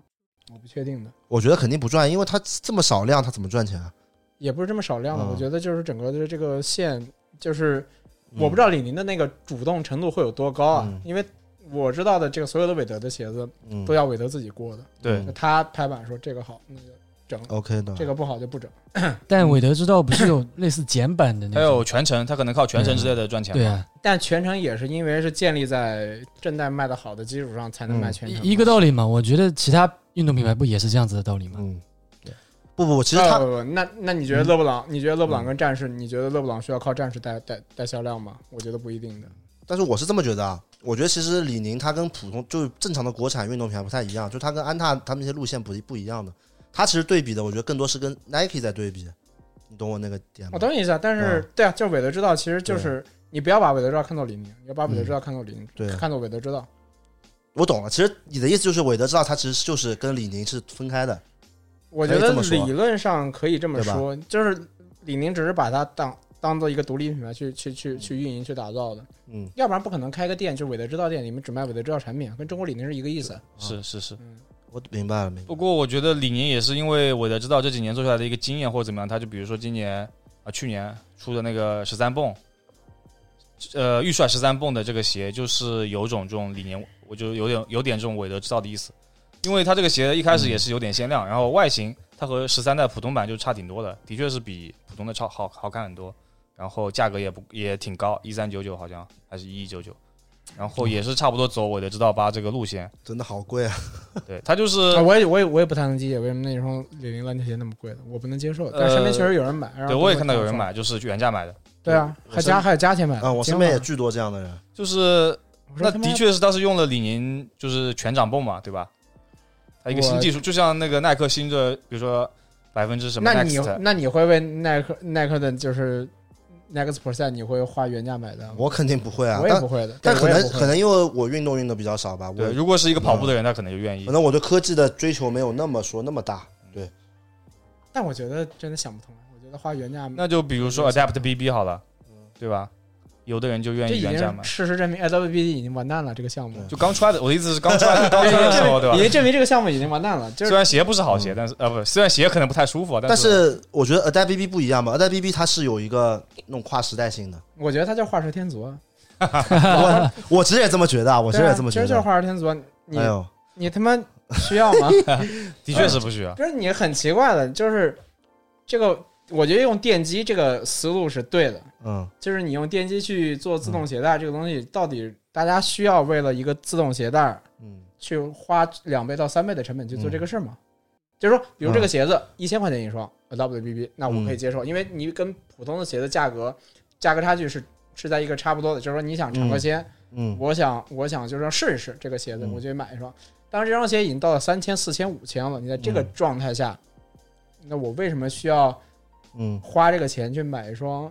我不确定的。我觉得肯定不赚，因为他这么少量，他怎么赚钱啊？也不是这么少量的，嗯我觉得就是整个的这个线，就是嗯我不知道李宁的那个主动程度会有多高啊，嗯因为我知道的这个所有的韦德的鞋子嗯都要韦德自己过的，对嗯哦就他拍板说这个好，那就整， ，OK 的，这个不好就不整。但韦德之道不是有类似简版的那嗯还种？有全程，他可能靠全程之类的赚钱嘛。对啊，但全程也是因为是建立在正代卖的好的基础上才嗯能卖全程嘛、一一个道理嘛。我觉得其他运动品牌不也是这样子的道理吗？嗯，不不不，其实他哦嗯不不不那那你觉得勒布朗？你觉得勒布朗跟战士？你觉得勒布朗需要靠战士带带带销量吗？我觉得不一定的。但是我是这么觉得啊，我觉得其实李宁它跟普通就是正常的国产运动品牌不太一样，就它跟安踏他们那些路线不一不一样的。它其实对比的，我觉得更多是跟 Nike 在对比，你懂我那个点我吗？懂你意思啊，但嗯是、对啊，就是韦德之道，其实就是你不要把韦德之道看作李宁，你要把韦德之道看作李宁，嗯对看作韦德之道。我懂了。其实你的意思就是韦德知道它其实就是跟李宁是分开的，我可以觉得这么说理论上可以这么对吧说，就是李宁只是把它当当做一个独立品牌去去去去运营去打造的，嗯，要不然不可能开个店，就韦德之道店，你们只卖韦德之道产品，啊跟中国李宁是一个意思。是是是。嗯，我明白了，明白不了。过我觉得李宁也是因为韦德知道这几年做出来的一个经验或者怎么样，他就比如说今年啊去年出的那个十三泵，呃预帅十三泵的这个鞋，就是有种这种李宁，我就有点有点这种韦德知道的意思，因为它这个鞋一开始也是有点限量，然后外形它和十三代普通版就差挺多的，的确是比普通的超好好看很多，然后价格也不也挺高，一三九九好像还是一一九九。然后也是差不多走韦德之道八这个路线，真的好贵 *laughs* 啊！对它就是啊，我也我也我也不太能理解为什么那双李宁篮球鞋那么贵的，我不能接受。呃但身边确实有人买，然后对，我也都看到有人爽买，就是原价买的，对啊，我还加身还有加钱买啊，我挺身边好也的巨多这样的人。就是我说那他妈的确是当时用了李宁就是全掌泵嘛，对吧？它一个新技术，就像那个耐克新的，比如说百分之什么那你 Next，那你会为耐克耐克的就是 Next Percent 你会花原价买单吗？我肯定不会啊，嗯我也但不会的，但对可我也能不会可能因为我运动运的比较少吧，我对，如果是一个跑步的人，他可能就愿意可。能我对科技的追求没有那么说那么大。对，但我觉得真的想不通，我觉得花原价那就比如说 Adapt BB 好了，对吧？有的人就愿这意已原经价是买，事实证明 Adobe BD 已经完蛋了这个项目对，就刚出来的，我的意思是刚出来的刚出来的时候，对已吧？经证明这个项目已经完蛋了，就虽是。然鞋不是好鞋，但是呃不，虽然鞋可能不太舒服，啊但是是我觉得 Adapt BB 不一样吧，Adapt BB 它是有一个那种跨时代性 *laughs* 的。我觉得它就是画蛇添足啊，我我其实也这么觉得啊，我其对实啊也这么其觉实就是得。画蛇添足啊。你哎呦，你他妈需要 *laughs* 吗？的确是不需要。不是你很奇怪的，就是这个，我觉得用电机这个思路是对的，嗯，就是你用电机去做自动鞋带这个东西，到底大家需要为了一个自动鞋带嗯，去花两倍到三倍的成本去做这个事儿吗？就是说，比如这个鞋嗯子一千块钱一双 WBB，那我可以接受，因为你跟普通的鞋的价格价格差距是是在一个差不多的，就是说你想尝个鲜，嗯，我想我想就是说试一试这个鞋子，嗯我就买一双。当这双鞋已经到了三千、四千、五千了，你在这个嗯状态下，那我为什么需要嗯，花这个钱去买一双？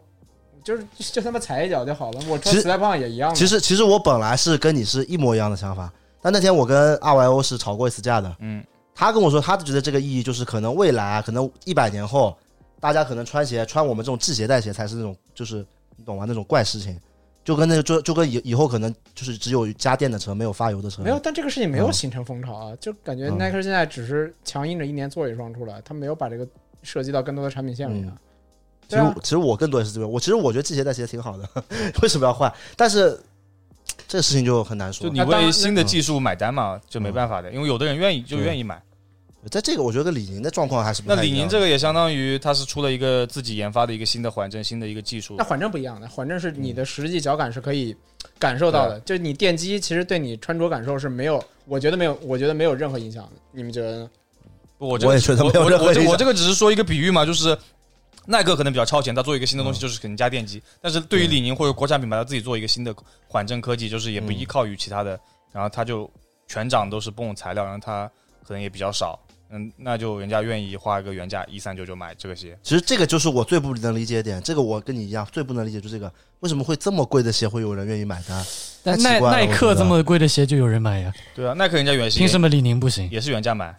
就是就他妈踩一脚就好了，我其穿实磁带棒也一嗯样的。其实其实我本来是跟你是一模一样的想法，但那天我跟 RYO 是吵过一次架的，嗯，他跟我说他觉得这个意义就是可能未来啊，可能一百年后，大家可能穿鞋穿我们这种系鞋带鞋才是那种就是你懂吗？那种怪事情，就跟那个就就跟以以后可能就是只有家电的车没有发油的车，没有，但这个事情没有嗯形成风潮啊，就感觉嗯耐克现在只是强硬着一年做一双出来，他没有把这个涉及到更多的产品线里啊。其对实啊我， *laughs* 嗯其实我更多也是这边，我其实我觉得系鞋带鞋挺好的， *laughs* 为什么要换？但是这个事情就很难说就了。你那当然为新的技术买单嘛，就没办法的，因为有的人愿意就对愿意买，在这个我觉得李宁的状况还是不那太李一宁样这个也相当于它是出了一个自己研发的一个新的缓震、新的一个技术那，缓震不一样的，缓震是你嗯的实际脚感是可以感受啊到的，就你电机其实对你穿着感受是没有，我觉得没有，我觉得没有任何影响的。你们觉得呢？我这我个也觉得没有我任何我这影响我这个只是说一个比喻嘛，就是耐克可能比较超前，它做一个新的嗯东西就是可能加电机，但是对于李宁或者国产品牌，它自己做一个新的缓震科技，就是也不依靠于其他嗯的，然后它就全掌都是泵材料，然后它可能也比较少，嗯，那就人家愿意花个原价一三九九买这个鞋，其实这个就是我最不能理解的点，这个我跟你一样最不能理解，就是这个为什么会这么贵的鞋会有人愿意买它？但太奇耐怪了耐我克觉得这么贵的鞋就有人买呀，对啊，耐克人家原凭什先么李宁不行？也是原价买，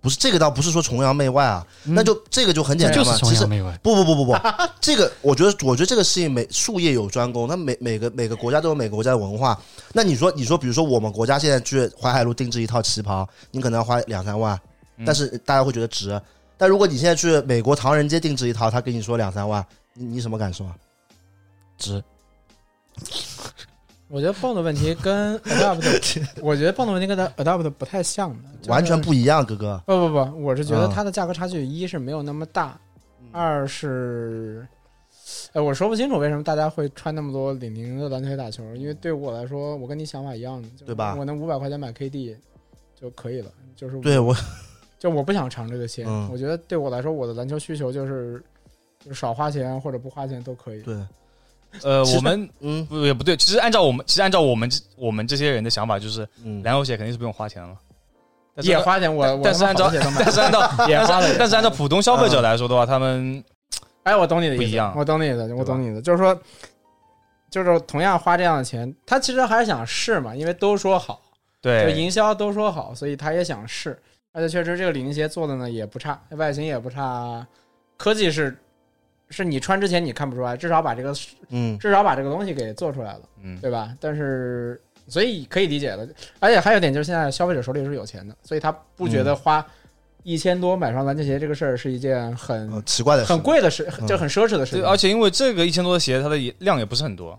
不是这个倒不是说崇洋媚外啊，那就这个就很简嗯就单嘛。是崇其实洋媚外。不不不不不，这个我觉得我觉得这个事情每术业有专攻，那每每个每个国家都有每个国家的文化。那你说你说，比如说我们国家现在去淮海路定制一套旗袍，你可能要花两三万，嗯但是大家会觉得值。啊但如果你现在去美国唐人街定制一套，他跟你说两三万，你你什么感受啊？值，我觉得泵的问题 *laughs* 跟 Adapt，我觉得泵的问题跟它 Adapt 不太像的，就是完全不一样，哥哥。不不不，我是觉得嗯它的价格差距，一是没有那么大，嗯二是，哎，我说不清楚为什么大家会穿那么多李宁的篮球鞋打球，因为对我来说，我跟你想法一样的，就是对吧我能五百块钱买 KD 就可以了，就是我对我就我不想尝这个鲜，嗯我觉得对我来说，我的篮球需求就是就是少花钱或者不花钱都可以。对，呃，其实我们嗯不也不对，其实按照我们其实按照我们这我们这些人的想法，就是嗯，篮球鞋肯定是不用花钱了嘛。但是也花钱，我但我但是按照他妈好多鞋 *laughs* 都买但是按照 *laughs* 也花了，嗯但是按照普通消费者来说的话，他们哎，我懂你的意思，不一样我懂你的，我懂你的，就是说，就是同样花这样的钱，他其实还是想试嘛，因为都说好，哎就对营销都说好，所以他也想试。而且确实，这个李宁鞋做的呢也不差，外形也不差，科技是是你穿之前你看不出来，至少把这个嗯至少把这个东西给做出来了。嗯，对吧？但是所以可以理解的，而且还有一点就是现在消费者手里是有钱的，所以他不觉嗯得花一千多买双篮球鞋这个事儿是一件很、呃奇怪的事很，贵的事，很嗯就很奢侈的事对，情。而且因为这个一千多的鞋，它的也量也不是很多，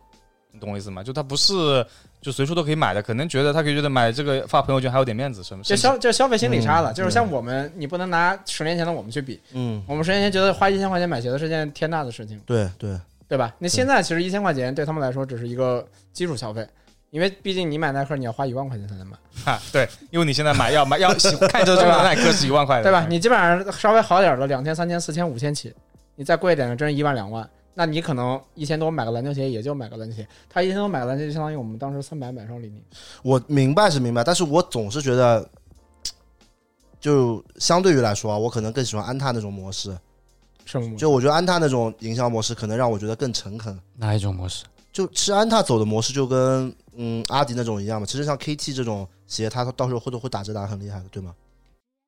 你懂我意思吗？就它不是就随处都可以买的，可能觉得他可以觉得买这个发朋友圈还有点面子什么，就甚至消就消费心理差了，嗯就是像我们，你不能拿十年前的我们去比。嗯，我们十年前觉得花一千块钱买鞋子是件天大的事情，对对，对吧？那现在其实一千块钱对他们来说只是一个基础消费，因为毕竟你买耐克你要花一万块钱才能买，哈啊对，因为你现在买要买要 *laughs* 喜看着这个耐克是一万块的，对吧？你基本上稍微好点儿的两千、三千、四千、五千起，你再贵一点的，真是一万、两万。那你可能一千多买个篮球鞋，也就买个篮球鞋。他一千多买个篮球鞋，就相当于我们当时三百买双李宁。我明白是明白，但是我总是觉得，就相对于来说啊，我可能更喜欢安踏那种模式。是吗？就我觉得安踏那种营销模式，可能让我觉得更诚恳。哪一种模式？就其实安踏走的模式就跟嗯阿迪那种一样嘛，其实像 KT 这种鞋，它到时候会都会打折打得很厉害的，对吗？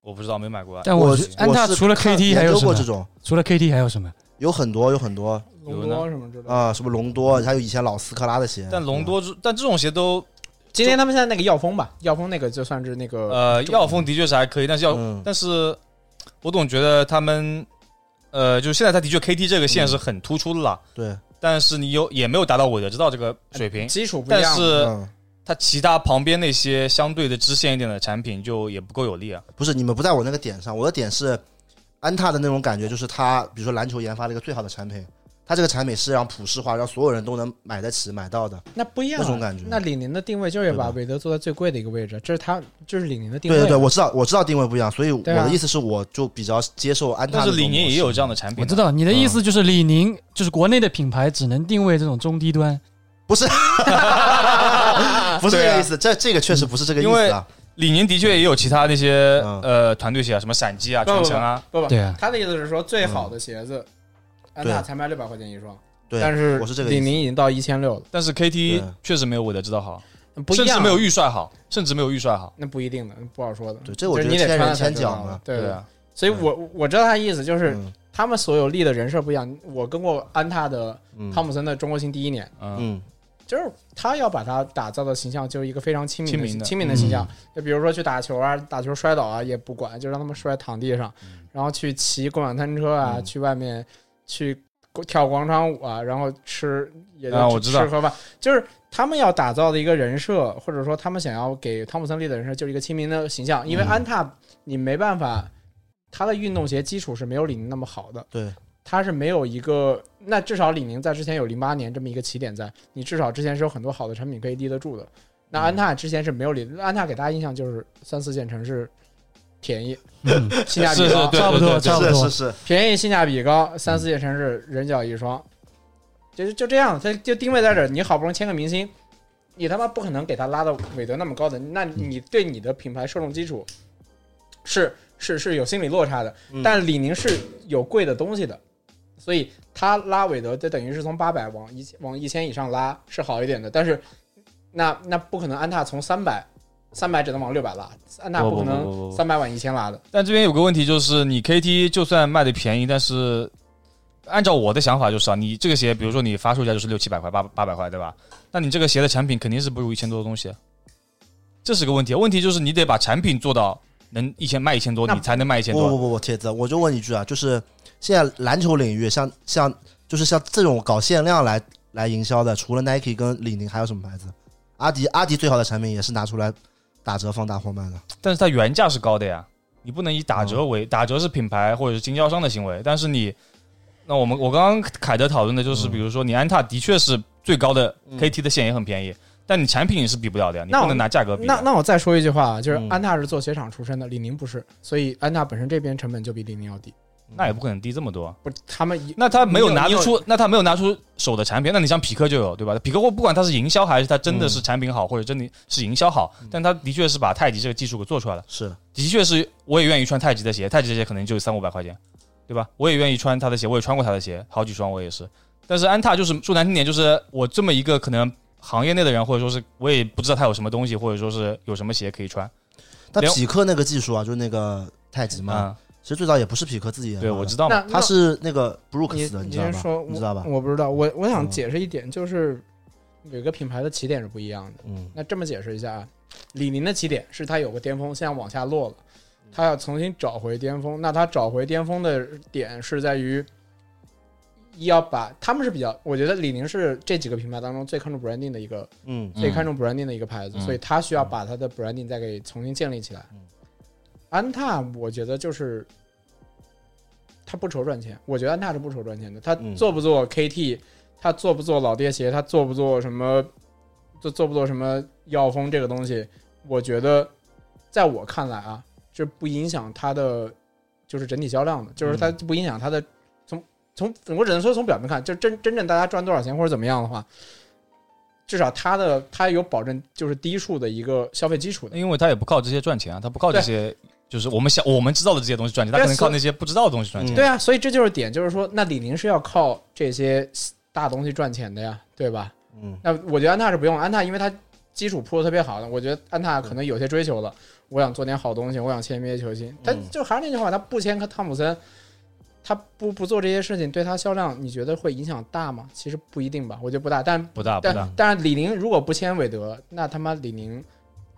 我不知道没买过啊，但我觉是得安踏我是除了看 KT 还研有究什过这么？种除了 KT 还有什么？有很多有很多隆多什么之类的。啊、什么隆多，还有以前老斯科拉的鞋，但隆多但这种鞋都今天他们现在那个药风吧，药风那个就算是那个呃药风的确是还可以，但是要嗯但是我总觉得他们呃就现在他的确 KT 这个嗯线是很突出的了。对，但是你有也没有达到韦德之道这个水平，基础哎不一但样。是嗯，它其他旁边那些相对的支线一点的产品就也不够有力啊。不是你们不在我那个点上，我的点是安踏的那种感觉，就是它比如说篮球研发了一个最好的产品，它这个产品是让普世化，让所有人都能买得起买到的那不一样啊那种感觉那李宁的定位就是把对吧韦德做在最贵的一个位置，这是他这是李宁的定对位。对对，我知道我知道定位不一样，所以我对啊的意思是，我就比较接受安踏那但是种模式。李宁也有这样的产品啊，我知道你的意嗯思就是李宁，就是国内的品牌只能定位这种中低端， *laughs* *laughs* 不是这对啊个意思，这这个确实不是这个意思啊。李宁的确也有其他那些嗯呃团队鞋啊，什么闪击啊、不不全不程啊，不不，对啊他的意思是说最好的鞋子，安踏嗯对才卖六百块钱一双，对，但是我是这个意李思宁已经到一千六了，但是对 KT 确实没有韦德之道好，不一甚样至啊。没有预帅好，甚至没有预帅好。那不一定的，不好说的。对这我就觉得是你得千人穿了才千知道脚嘛的对对对。啊，所以嗯我我知道他意思就是嗯他们所有立的人设不一样。我跟过安踏的嗯汤姆森的中国行第一年，嗯，嗯就是他要把他打造的形象就是一个非常亲民亲民的的嗯亲民的形象。就比如说去打球啊，打球摔倒啊也嗯不管，就让他们摔躺地上，然后去骑共享单车啊，去外面去跳广场舞啊，然后吃也就啊我只知道吃喝饭，就是他们要打造的一个人设，或者说他们想要给汤姆森立的人设就是一个亲民的形象，因为嗯安踏你没办法，他的运动鞋基础是没有李宁那么好的，对，他是没有一个，那至少李宁在之前有零八年这么一个起点在，你至少之前是有很多好的产品可以立得住的。那安踏之前是没有李，安踏给大家印象就是三四线城市便宜，嗯性价比 *laughs* 是是高，对差不对多对差不是多是。是，便宜性价比嗯高，三四线城市人脚一双，就就这样，他就定位在这儿。你好不容易签个明星，你他妈不可能给他拉到韦德那么高的，那你嗯对你的品牌受众基础是是是有心理落差的。嗯但李宁是有贵的东西的，所以他拉韦德，这等于是从八百往一往一千以上拉是好一点的，但是那那不可能安踏从三百。三百只能往六百拉，安踏不不不可能不不不三百往一千拉的。但这边有个问题就是，你 KT 就算卖的便宜，但是按照我的想法就是啊，你这个鞋，比如说你发售价就是六七百块、八八百块，对吧？那你这个鞋的产品肯定是不如一千多的东西，啊这是个问题。问题就是你得把产品做到能一千卖一千多，那你才能卖一千不不多。不不，铁子，我就问一句啊，就是现在篮球领域像像就是像这种搞限量来来营销的，除了 Nike 跟李宁，还有什么牌子？阿迪，阿迪最好的产品也是拿出来打折放大货卖的。但是它原价是高的呀，你不能以打嗯折为、打折是品牌或者是经销商的行为，但是你。那我们我刚刚凯德讨论的就是，嗯比如说你安踏的确是最高的嗯 KT 的线也很便宜，但你产品你是比不了的呀，你那我不能拿价格比的。那那我再说一句话，啊就是嗯安踏是做鞋厂出身的，李宁不是，所以安踏本身这边成本就比李宁要低。那也不可能低这么多。不，他们一那他没有拿得你出，那他没有拿出手的产品，那你像匹克就有，对吧？匹克货不管它是营销还是它真的是产品好，或者真的是营销好，但它的确是把太极这个技术给做出来了。是，的确是，我也愿意穿太极的鞋，太极的鞋可能就三五百块钱，对吧？我也愿意穿他的鞋，我也穿过他的鞋，好几双我也是。但是安踏就是说难听点，就是我这么一个可能行业内的人，或者说是我也不知道他有什么东西，或者说是有什么鞋可以穿但连匹克那个技术啊，就是那个太极嘛，啊、其实最早也不是匹克自己研嗯发的，对，我知道嘛。那它是那个那你 Brooks 的，你知道先吧？说，你知道吧我？我不知道，我我想嗯解释一点，就是有一个品牌的起点是不一样的。嗯那这么解释一下啊，李宁的起点是它有个巅峰，现在往下落了，它要重新找回巅峰。那它找回巅峰的点是在于，要把他们是比较，我觉得李宁是这几个品牌当中最看重 branding 的一个嗯嗯最看重 branding 的一个牌子，嗯所以它需要把它的 branding 再给重新建立起来。嗯安踏，我觉得就是他不愁赚钱，我觉得安踏是不愁赚钱的。他嗯做不做 KT，他做不做老爹鞋，他做不做什么，做做不做什么药风这个东西，我觉得在我看来啊，这不影响它的就是整体销量的，就是它不影响它的从从我只能说从表面看，就真真正大家赚多少钱或者怎么样的话，至少它的它有保证就是低数的一个消费基础的。因为他也不靠这些赚钱啊，他不靠这些，就是我们想我们知道的这些东西赚钱，他对可能所靠以那些不知道的东西赚嗯钱。对啊，所以这就是点，就是说，那李宁是要靠这些大东西赚钱的呀，对吧？嗯，那我觉得安踏是不用，安踏因为它基础铺的特别好的，我觉得安踏可能有些追求了，我想做点好东西，我想签 NBA 球星，但就还是那句话，他不签汤普森。他不不做这些事情，对他销量，你觉得会影响大吗？其实不一定吧，我觉得不大。但不大不大但，但是李宁如果不签韦德，那他妈李宁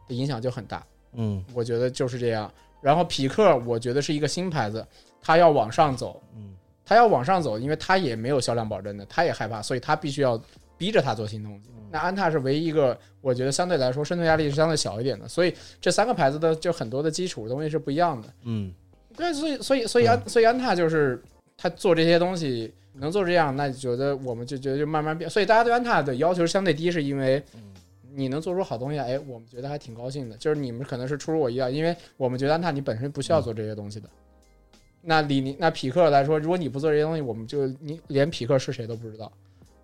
的影响就很大。嗯我觉得就是这样。然后匹克，我觉得是一个新牌子，它要往上走，嗯，它要往上走，因为它也没有销量保证的，它也害怕，所以它必须要逼着它做新东西。那安踏是唯一一个，我觉得相对来说渗透压力是相对小一点的，所以这三个牌子的就很多的基础东西是不一样的。嗯对，所以所以所以安所以安踏就是他做这些东西能做这样，那觉得我们就觉得就慢慢变。所以大家对安踏的要求相对低，是因为你能做出好东西来，哎，我们觉得还挺高兴的。就是你们可能是出乎我意料，因为我们觉得安踏你本身不需要做这些东西的。那李宁、那匹克来说，如果你不做这些东西，我们就你连匹克是谁都不知道。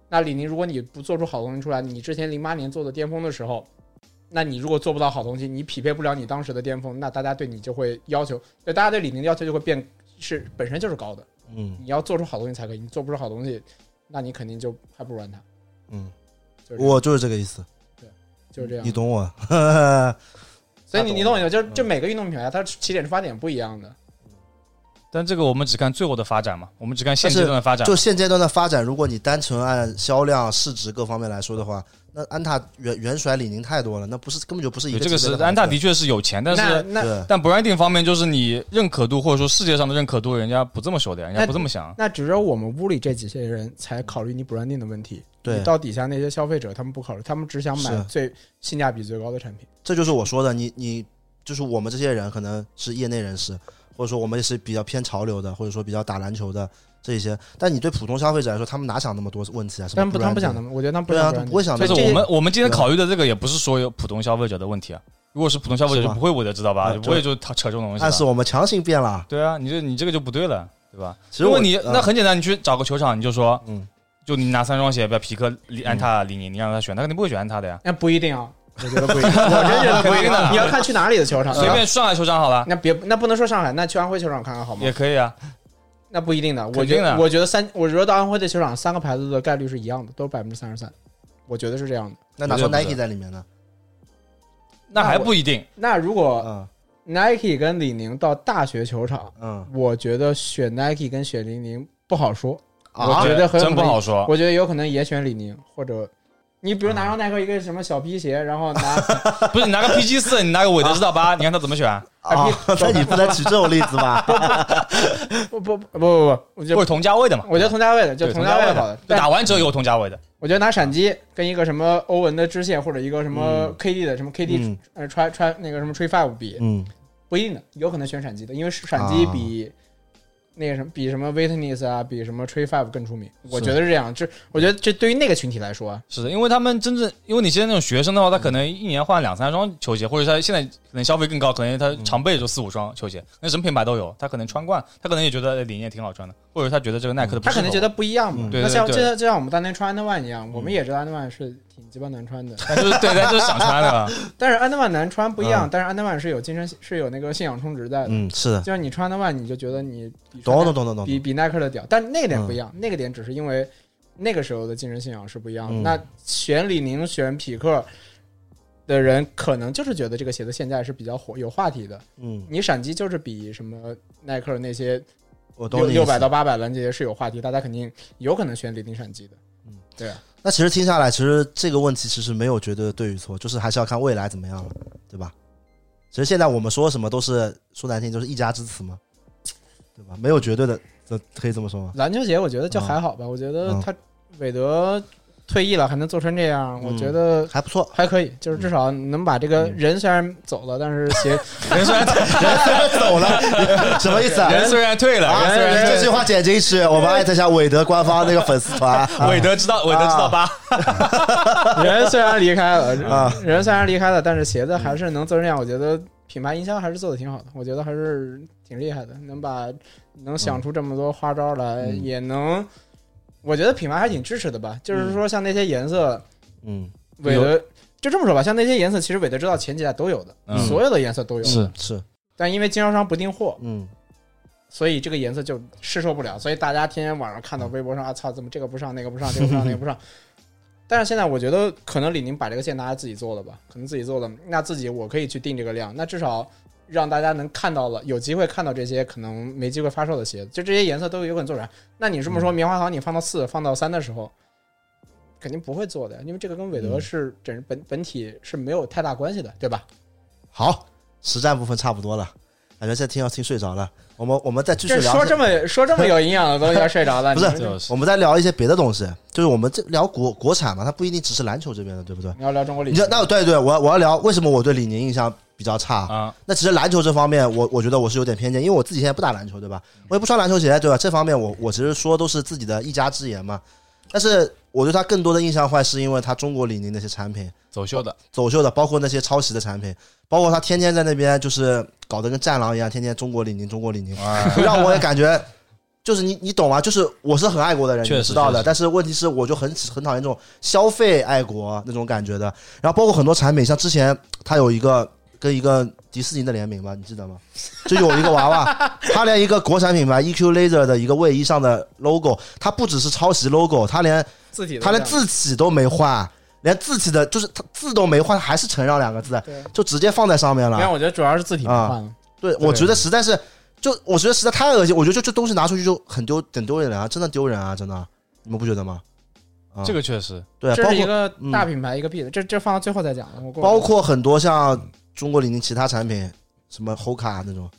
那李宁，如果你不做出好东西出来，你之前零八年做的巅峰的时候，那你如果做不到好东西，你匹配不了你当时的巅峰，那大家对你就会要求，对大家对李宁的要求就会变是本身就是高的。嗯你要做出好东西才可以，你做不出好东西，那你肯定就还不如安踏。嗯，就是这样我就是这个意思，就是这样你。懂我。 *laughs* 所以他你懂嗯你懂我意思，就是这每个运动品牌它起点出发点不一样的。但这个我们只看最后的发展嘛，我们只看现但是阶段的发展就。现阶段的发展，如果你单纯按销量、市值各方面来说的话，那安踏远远甩李宁太多了，那不是根本就不是一对，个这个级别是的安踏行的确是有钱，但是那那对但 branding 方面就是你认可度或者说世界上的认可度，人家不这么说的，人家不这么想。啊那只有我们屋里这几些人才考虑你 branding 的问题，对你到底下那些消费者他们不考虑，他们只想买是最性价比最高的产品。这就是我说的，你你就是我们这些人可能是业内人士，或者说我们也是比较偏潮流的，或者说比较打篮球的这一些，但你对普通消费者来说，他们哪想那么多问题啊？什么但不，他们不 branding 想那么，我觉得他们不对啊想他 branding，不会想那但是么这多我们我们今天对考虑的这个也不是说有普通消费者的问题啊，如果是普通消费者是就吧不会我的知道吧，啊就不会就扯这种东西暗了。示我们强行变了。对啊，你这你这个就不对了，对吧？其实如我果你嗯那很简单，你去找个球场，你就说，嗯，就你拿三双鞋，比如匹克、李嗯安踏、李宁，你让他选，他肯定不会选安踏的呀。那不一定啊，嗯我觉得不一定，我啊 *laughs* *laughs* 真觉得不一定。你要看去哪里的球场，随便上海球场好了，啊那别那不能说上海，那去安徽球场看看好吗也？可以啊。那不一定的，我肯觉定的得我觉得三，我觉得到安徽的球场三个牌子的概率是一样的，都是百分之三十三，我觉得是这样的。那哪说绝对不是 Nike 在里面呢？那还那我不一定，那如啊果嗯 Nike 跟李宁到大学球场，嗯我觉得选 Nike 跟选李宁不好说，我啊觉得很有真不可能好嗯说。 *laughs* 我觉得有可能也选李宁，或者你比如拿上耐克一个什么小皮鞋，然后拿不是你拿个 PG 四，你拿个韦德之道八，你看他怎么选？啊哎！那你不能举这种例子 *laughs* 吧？不不不不不不，我觉或得者同价位的 *laughs* 嘛？我觉得同价位的就对同同价价位位好的的，，就打完折有同价位的，我觉得拿闪击跟一个什么欧文的支线或者一个什么 KD 的什么 KD 嗯呃穿穿那个什么 Tree Five 比嗯，不一定的，有可能选闪击的，因为闪击啊比那个什么比什么 Witness 啊，比什么 Tree Five 更出名，我是嗯觉得是这样。这我觉得这对于那个群体来说啊，是的，因为他们真正，因为你现在那种学生的话，他可能一年换两三双球鞋，或者他现在可能消费更高，可能他常备就四五双球鞋，那什么品牌都有，他可能穿惯，他可能也觉得李宁也挺好穿的，或者他觉得这个耐克的不他适合我，可能觉得不一样嘛。嗯对那对像就对像就像我们当年穿 And One 一样，我们也知道 And One 是挺鸡巴难 *laughs* 穿的，但就是对，他就是想穿的，但是 And One 难穿不一样嗯，但是 And One 是有精神是有那个信仰充值在的。嗯，是的就，像你穿 And One，你就觉得你比懂穿懂懂懂懂比懂。比耐克的屌，但那个嗯点不一样，那个点只是因为那个时候的精神信仰是不一样的。嗯那选李宁、选匹克的人，可能就是觉得这个鞋的现在是比较火、有话题的。嗯，你闪击就是比什么耐克那些我懂六你意六百思到。八百篮鞋是有话题，大家肯定有可能选李宁闪击的。嗯，对啊，那其实听下来，其实这个问题其实没有绝对的对与错，就是还是要看未来怎么样了，对吧？其实现在我们说什么都是说难听，就是一家之词嘛，对吧？没有绝对的，这可以这么说吗？篮球鞋我觉得就还好吧，我觉得嗯他韦德退役了还能做成这样，我嗯觉得还不错， *laughs* 还可以，就是至少能把这个人虽然走了，但是鞋 *laughs* 人虽然走了， *laughs* 什么意思啊？人虽然退了，人虽啊然这退句话剪进去，我们艾特一下韦德官方那个粉丝 *laughs* 团。了，韦德知道，韦德知道吧？人虽然离开了啊人虽然离开了，但是鞋子还是能做成这样。我觉得品牌营销还是做的挺好的，我觉得还是挺厉害的，能把能想出这么多花招来，嗯也能，我觉得品牌还挺支持的吧。就是说，像那些颜色，嗯，韦德就这么说吧，像那些颜色，其实韦德知道前几代都有的，嗯所有的颜色都有，是是，但因为经销商不订货，嗯，所以这个颜色就试售不了，所以大家天天晚上看到微博上啊，操，怎么这个不上，那个不上，这个不上，那个 *laughs* 不上。但是现在我觉得，可能李宁把这个线大家自己做了吧，可能自己做了，那自己我可以去定这个量，那至少让大家能看到了，有机会看到这些可能没机会发售的鞋子，就这些颜色都有可能做出来。那你嗯这么说，棉花糖你放到四、放到三的时候，肯定不会做的呀，因为这个跟韦德嗯是整本本体是没有太大关系的，对吧？好，实战部分差不多了，感觉现在听要听睡着了。我们我们再继续这聊说一下这么说这么有营养的东西，要睡着 *laughs* 了，不是你就我们再聊一些别的东西，就是我们这聊国国产嘛，它不一定只是篮球这边的，对不对？你要聊中国李你宁知道，，那对对，我我要聊为什么我对李宁印象比较差。 *laughs* 啊，那其实篮球这方面，我我觉得我是有点偏见，因为我自己现在不打篮球，对吧？我也不穿篮球鞋，对吧？这方面我我其实说都是自己的一家之言嘛。但是我对他更多的印象坏，是因为他中国李宁那些产品走秀的，走秀的，包括那些抄袭的产品，包括他天天在那边就是搞得跟战狼一样，天天中国李宁中国李宁，哎 *laughs* 让我也感觉，就是你你懂吗？就是我是很爱国的人，确实你知道确的。实但是问题是，我就很很讨厌这种消费爱国那种感觉的。然后包括很多产品，像之前他有一个跟一个迪士尼的联名吧，你记得吗？就有一个娃 *laughs* 娃，他连一个国产品牌 EQ Laser 的一个卫衣上的 logo，他不只是抄袭 logo，他连字体都他连这样字体都没换，连字体的就是他字都没换，还是承让两个字啊对，就直接放在上面了没。有，我觉得主要是字体变换了。对，我觉得实在是就我觉得实在太恶心，我觉得就这东西拿出去就很丢，很丢人啊，真的丢人啊，真的，你们不觉得吗？啊、这个确实，对，这包是一括嗯个大品牌一个弊的，这这放到最后再讲了。我过包括很多像中国李宁其他产品，什么猴卡那 *laughs* 种，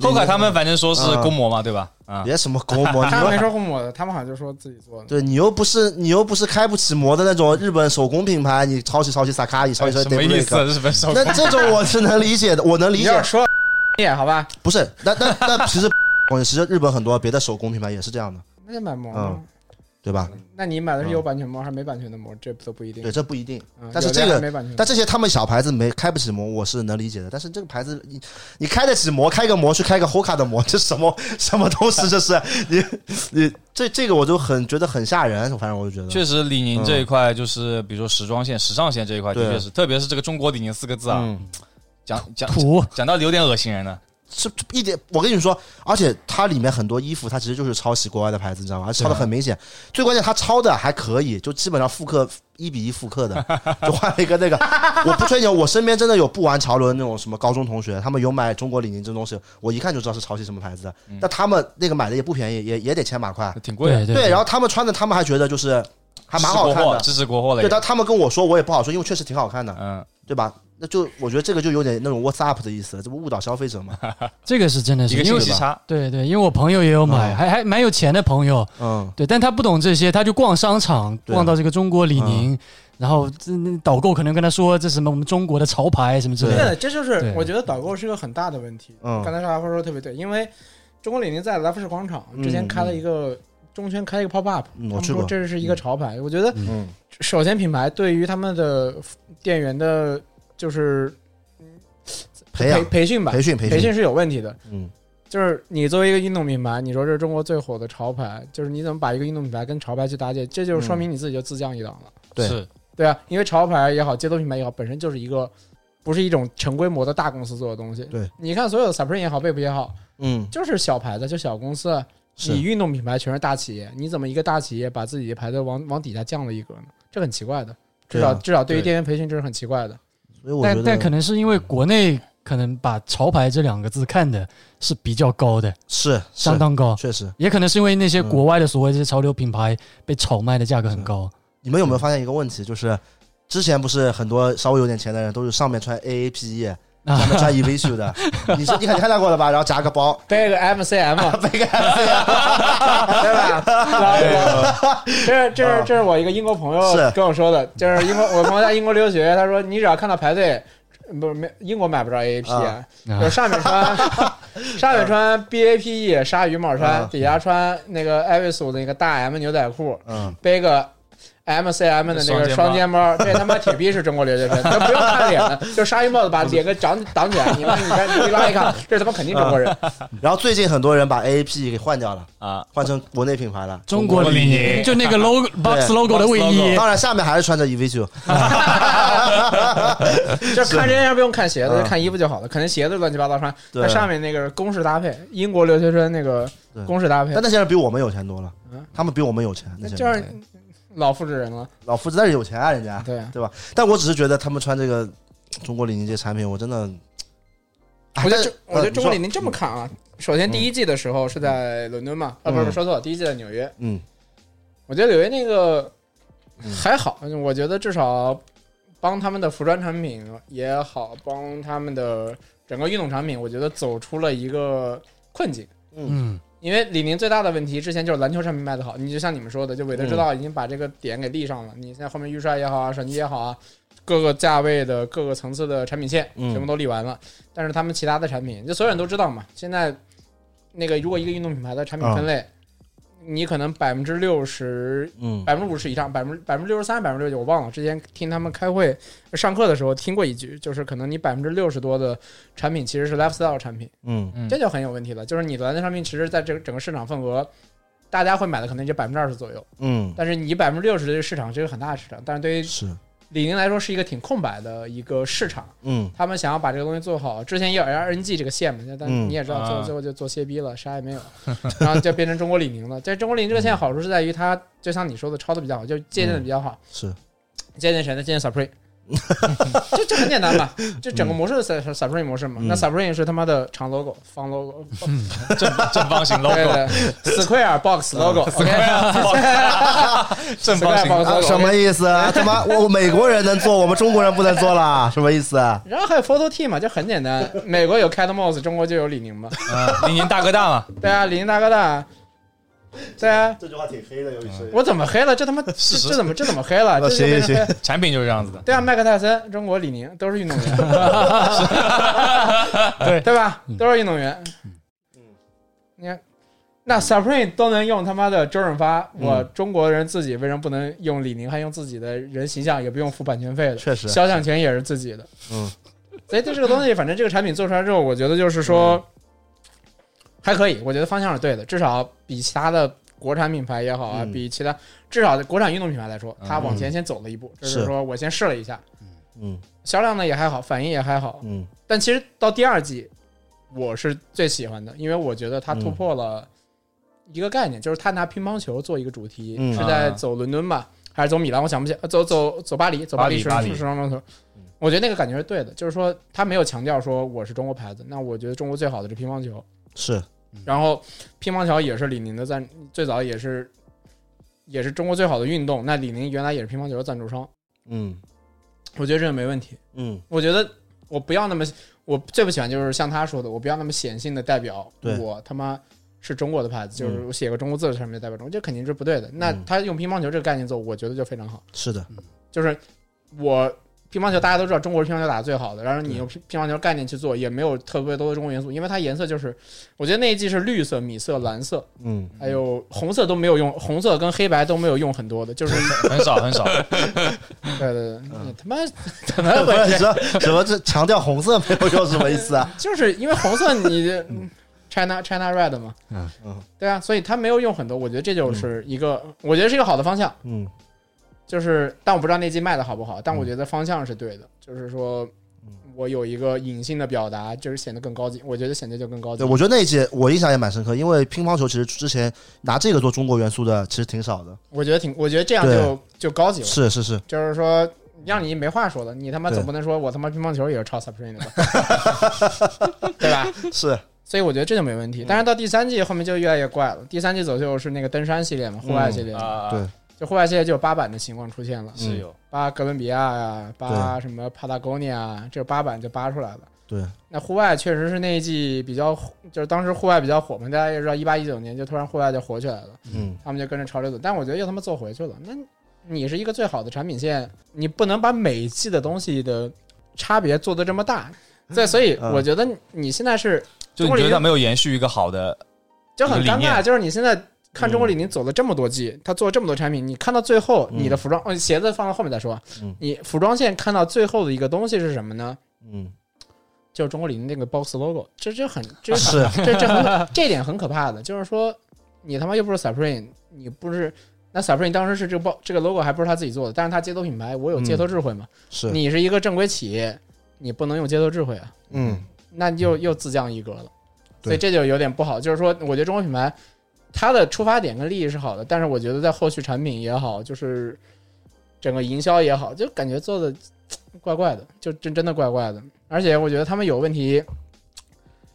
后凯他们反正说是嗯公模嘛，对吧？啊，别什么国模，你他们没 *laughs* 又说红我的，他们好像就说自己做的。对你又不是你又不是开不起模的那种日本手工品牌，你抄袭抄袭萨卡伊，抄袭抄袭 *laughs* 什么意 Daybreak 思？日本手 *laughs* 那这种我是能理解的，我能理你解要。是说也好吧，不是，那那那其实，我其实日本很多别的手工品牌也是这样的，那就买膜啊嗯。对吧？那你买的是有版权膜还是没版权的膜？这都不一定对，。这不一定。嗯但是有的还这个没版权，但这些他们小牌子没开不起模，我是能理解的。但是这个牌子，你你开得起模，开个模去开个 Hoka 的模，这什么什么东西？这是你你这这个我就很觉得很吓人，反正我就觉得 *laughs* 确实，李宁这一块就是，比如说时装线、时尚线这一块，对的确是，特别是这个“中国李宁”四个字啊，嗯，讲讲土讲到有点恶心人了。是一点，我跟你说，而且它里面很多衣服，它其实就是抄袭国外的牌子，你知道吗？而且抄的很明显。最关键，它抄的还可以，就基本上复刻一比一复 *laughs* 刻的，就换了一个那个。我不吹牛，我身边真的有不玩潮流的那种什么高中同学，他们有买中国李宁这东西，我一看就知道是抄袭什么牌子的。嗯但他们那个买的也不便宜，也也得千把块。挺贵的，对对，然后他们穿的，他们还觉得就是还蛮好支持看国货的。支持国货对，了也。但他们跟我说，我也不好说，因为确实挺好看的，嗯，对吧？那就我觉得这个就有点那种 What's up 的意思了，这不误导消费 *laughs* 者吗？这个是真的一是个因信为息差，对对，因为我朋友也有买，嗯还还蛮有钱的朋友，嗯。对，但他不懂这些，他就逛商场，对啊嗯逛到这个中国李宁，然后这那导购可能跟他说这什么我们中国的潮牌什么之类对的，的，这就是对我觉得导购是个很大的问题。嗯刚才沙发说的特别对，因为中国李宁在莱佛士广场之前开了一个中圈开了一个 pop up，嗯他我们去说过这是一个潮牌。我觉得嗯首先品牌对于他们的店员的，就是培培养、培训吧，培训、培培训，是有问题的。嗯，就是你作为一个运动品牌，你说这是中国最火的潮牌，就是你怎么把一个运动品牌跟潮牌去搭建，这就是说明你自己就自降一档了。对是对啊，因为潮牌也好，街头品牌也好，本身就是一个不是一种成规模的大公司做的东西。对，你看所有的 Supreme 也好，Bape 也好，嗯，就是小牌子，就小公司。啊是你运动品牌全是大企业，你怎么一个大企业把自己的牌子往往底下降了一格呢？这很奇怪的，至对啊少至少对于对店员培训这是很奇怪的。所以我觉但得但可能是因为国内可能把潮牌这两个字看的是比较高的，是相是当高，确实。也可能是因为那些国外的所谓这些潮流品牌被炒卖的价格很高，你们有没有发现一个问题，就是之前不是很多稍微有点钱的人都是上面穿啊 AAPE，下 E，面穿 Evisu *laughs* 的，你是你肯定看到过了吧？然后夹个包，背个 *laughs* MCM，背个 MC，啊啊对吧？这这是这是我一个英国朋友是跟我说的，就是英国我朋友在英国留学，他说你只要看到排队，不是没英国买不着 A A P，、啊啊就是上面 *laughs* 穿上面穿 B A P E 鲨鱼帽衫，啊底下穿那个艾维素的那个大 M 牛仔裤，嗯，背个。M C M 的那个双双肩肩包，这他妈铁逼是中国留学生，都不用看脸了，就鲨鱼帽子嗯把脸给挡挡起来，你看你看你一拉一看，这他妈肯定中国人。嗯然后最近很多人把 AAPE E 给换掉了，啊，换成国内品牌了。中国李中国李宁宁就那 *laughs* 个 logo box logo 的 box 卫衣 logo 当然，下面还是穿着 E Evisu， *laughs* 就看这样不用看鞋子，嗯就看衣服就好了。可能鞋子乱七八糟穿，对那上面那个公式搭配，英国留学生那个对公式搭配但，那些人比我们有钱多了嗯，他们比我们有钱，那那些就人是老复制人了。老夫子但是有钱啊，人家。对，但我只是觉得他们穿这个中国李宁这些产品，我真的，哎我觉但得是中我觉得嗯中国你李说宁这么看啊，首先第一季的时候是在伦敦嘛，啊嗯不是不是说错了，第一季在纽约。嗯，我觉得纽约那个嗯还好，我觉得至少帮他们的服装产品也好，帮他们的整个运动产品，我觉得走出了一个困境。嗯，因为李宁最大的问题之前就是篮球产品卖的好，你就像你们说的，就韦德之道嗯已经把这个点给立上了。你现在后面预帅也好啊，手机也好啊，各个价位的各个层次的产品线嗯全部都立完了。但是他们其他的产品，就所有人都知道嘛，现在那个如果一个运动品牌的产品分类，啊你可能百分之六十。嗯百分之五十以上，百分之百分之六十三、百分之六十九，我忘了。之前听他们开会上课的时候听过一句，就是可能你百分之六十多的产品其实是 lifestyle 产品，嗯嗯这就很有问题了。就是你的篮球商品，其实在这个整个市场份额，大家会买的可能也就百分之二十左右，嗯，但是你百分之六十的市场是一个很大的市场，但是对于是，李宁来说是一个挺空白的一个市场。嗯他们想要把这个东西做好，之前也有 LNG 这个线嘛，但嗯你也知道，啊最后最后就做歇逼了，啥也没有，然后就变成中国李宁了。这中国李宁这嗯个线好处是在于它，就像你说的，抄的比较好，就借鉴的比较好，是，借鉴谁呢？借鉴 Supreme。就就很简单嘛，就整个模式 Sub Submarine 模式嘛。那 Submarine 是他妈的长 logo、方 logo、正正方形对 logo，对 Square Box *laughs* logo，Square 正方形 Box 啊 logo，什么意思 *laughs* 啊？他妈，我美国人能做，我们中国人不能做啦？什么意思啊？然后还有 Photo T 嘛，就很简单。美国有 Cat Mouse，中国就有李宁嘛。嗯李宁大哥大嘛，对啊，李宁大哥大。对啊，这句话挺黑的，有意思我怎么黑了？这他妈这事实这怎么这怎么黑了？这啊就变成行行黑产品就是这样子的。对啊，麦克泰森、中国李宁都是运动员，对对吧？都是运动员。你看，那 Supreme 都能用他妈的周润发，我中国人自己为什么不能用李宁？还用自己的人形象，也不用付版权费的。确实肖像权也是自己的。嗯，所以对这个东西，反正这个产品做出来之后，我觉得就是说还可以，我觉得方向是对的，至少比其他的国产品牌也好啊，嗯比其他至少国产运动品牌来说，它嗯往前先走了一步，就是是说我先试了一下，嗯销量呢也还好，反应也还好，嗯但其实到第二季，我是最喜欢的，因为我觉得它突破了一个概念，就是它拿乒乓球做一个主题，嗯是在走伦敦吧，还是走米兰？我想不起，呃走走走巴黎，走黎巴黎时巴黎时装周球嗯。我觉得那个感觉是对的，就是说他没有强调说我是中国牌子，那我觉得中国最好的是乒乓球，是然后乒乓球也是李宁的赞，最早也是也是中国最好的运动，那李宁原来也是乒乓球的赞助商，嗯我觉得这个没问题。嗯我觉得我不要那么，我最不喜欢就是像他说的，我不要那么显性的代表对我他妈是中国的牌子，就是嗯我写个中国字在上面代表中国，这肯定是不对的。那嗯他用乒乓球这个概念做，我觉得就非常好。是的，就是我乒乓球大家都知道，中国乒乓球打得最好的，然后你用乒乒乓球概念去做，也没有特别多的中国元素，因为它颜色就是，我觉得那一季是绿色、米色、蓝色，嗯还有红色都没有用，红色跟黑白都没有用很多 *laughs* 的，就是很少很少，啊对对对，嗯你他妈 *laughs* 怎么 *laughs* 不回是你？事说什么这强调红色没有用什么意思 *laughs* 啊？就是因为红色 *laughs* 你 China China Red 嘛，嗯嗯，对啊，所以他没有用很多，我觉得这就是一个，我觉得是一个好的方向，嗯就是但我不知道那季卖的好不好，但我觉得方向是对的，就是说嗯我有一个隐性的表达，就是显得更高级，我觉得显得就更高级对，，我觉得那一届我印象也蛮深刻，因为乒乓球其实之前拿这个做中国元素的其实挺少的。我觉得挺，我觉得这样对就就高级了，是是是，就是说。让你没话说了，你他妈对总不能说我他妈乒乓球也是抄 Supreme 的吧， *laughs* 对吧？是，所以我觉得这就没问题。但是到第三季后面就越来越怪了。第三季走秀是那个登山系列嘛，户外系列嘛，啊，对就户外系列就有八版的情况出现了，是有，八哥伦比亚呀，八什么帕塔哥尼亚，这八版就扒出来了。对，那户外确实是那一季比较火，就是当时户外比较火嘛，大家也知道，一八一九年就突然户外就火起来了，嗯他们就跟着潮流走。但我觉得又他妈做回去了。那你是一个最好的产品线，你不能把每一季的东西的差别做得这么大。对，所以嗯我觉得你现在是就你觉得它没有延续一个好的，就很一个尴理尬，念就是你现在看中国李宁走了这么多季，他做这么多产品，你看到最后，嗯你的服装、哦，鞋子放到后面再说嗯，你服装线看到最后的一个东西是什么呢？嗯就是中国李宁那个 box logo，这这很这是，这这很这点很可怕的，就是说你他妈又不是 Supreme，你不是那 Supreme 当时是这个 box 这个 logo 还不是他自己做的，但是他街头品牌，我有街头智慧嘛，是，你是一个正规企业，你不能用街头智慧啊，嗯那又又自降一格了，对所以这就有点不好。就是说，我觉得中国品牌它的出发点跟利益是好的，但是我觉得在后续产品也好，就是整个营销也好，就感觉做的怪怪的，就真真的怪怪的。而且我觉得他们有问题，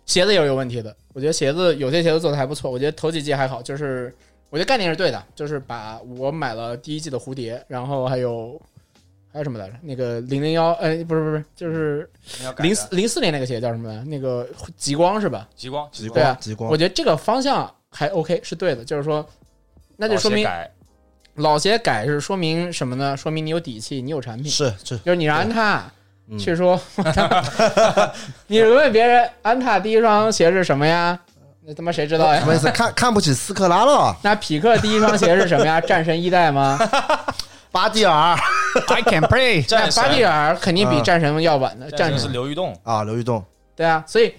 鞋子也是有问题的。我觉得鞋子有些鞋子做的还不错，我觉得头几季还好，就是我觉得概念是对的，就是把我买了第一季的蝴蝶，然后还有。还有什么来着？那个零零幺，呃，不是不是，不是，就是零四零四年那个鞋叫什么来？那个极光是吧？极光，极极光，对啊光极我光，觉得这个方向还 OK，是对的。就是说，那就说老鞋明哦改老鞋改是说明什么呢？说明你有底气，你有产品。是是，就是你让安踏嗯去 *laughs* 说， *laughs* 你问别人安踏第一双鞋是什么呀？那他妈谁知道什么意呀？思？看看不起斯科拉了，那匹克第一双鞋是什么呀？战神一代吗？巴蒂尔 I can play，那 *laughs* 战神巴蒂尔肯定比嗯战神要晚的，战战神是神刘玉栋，啊，刘玉栋，对啊，所以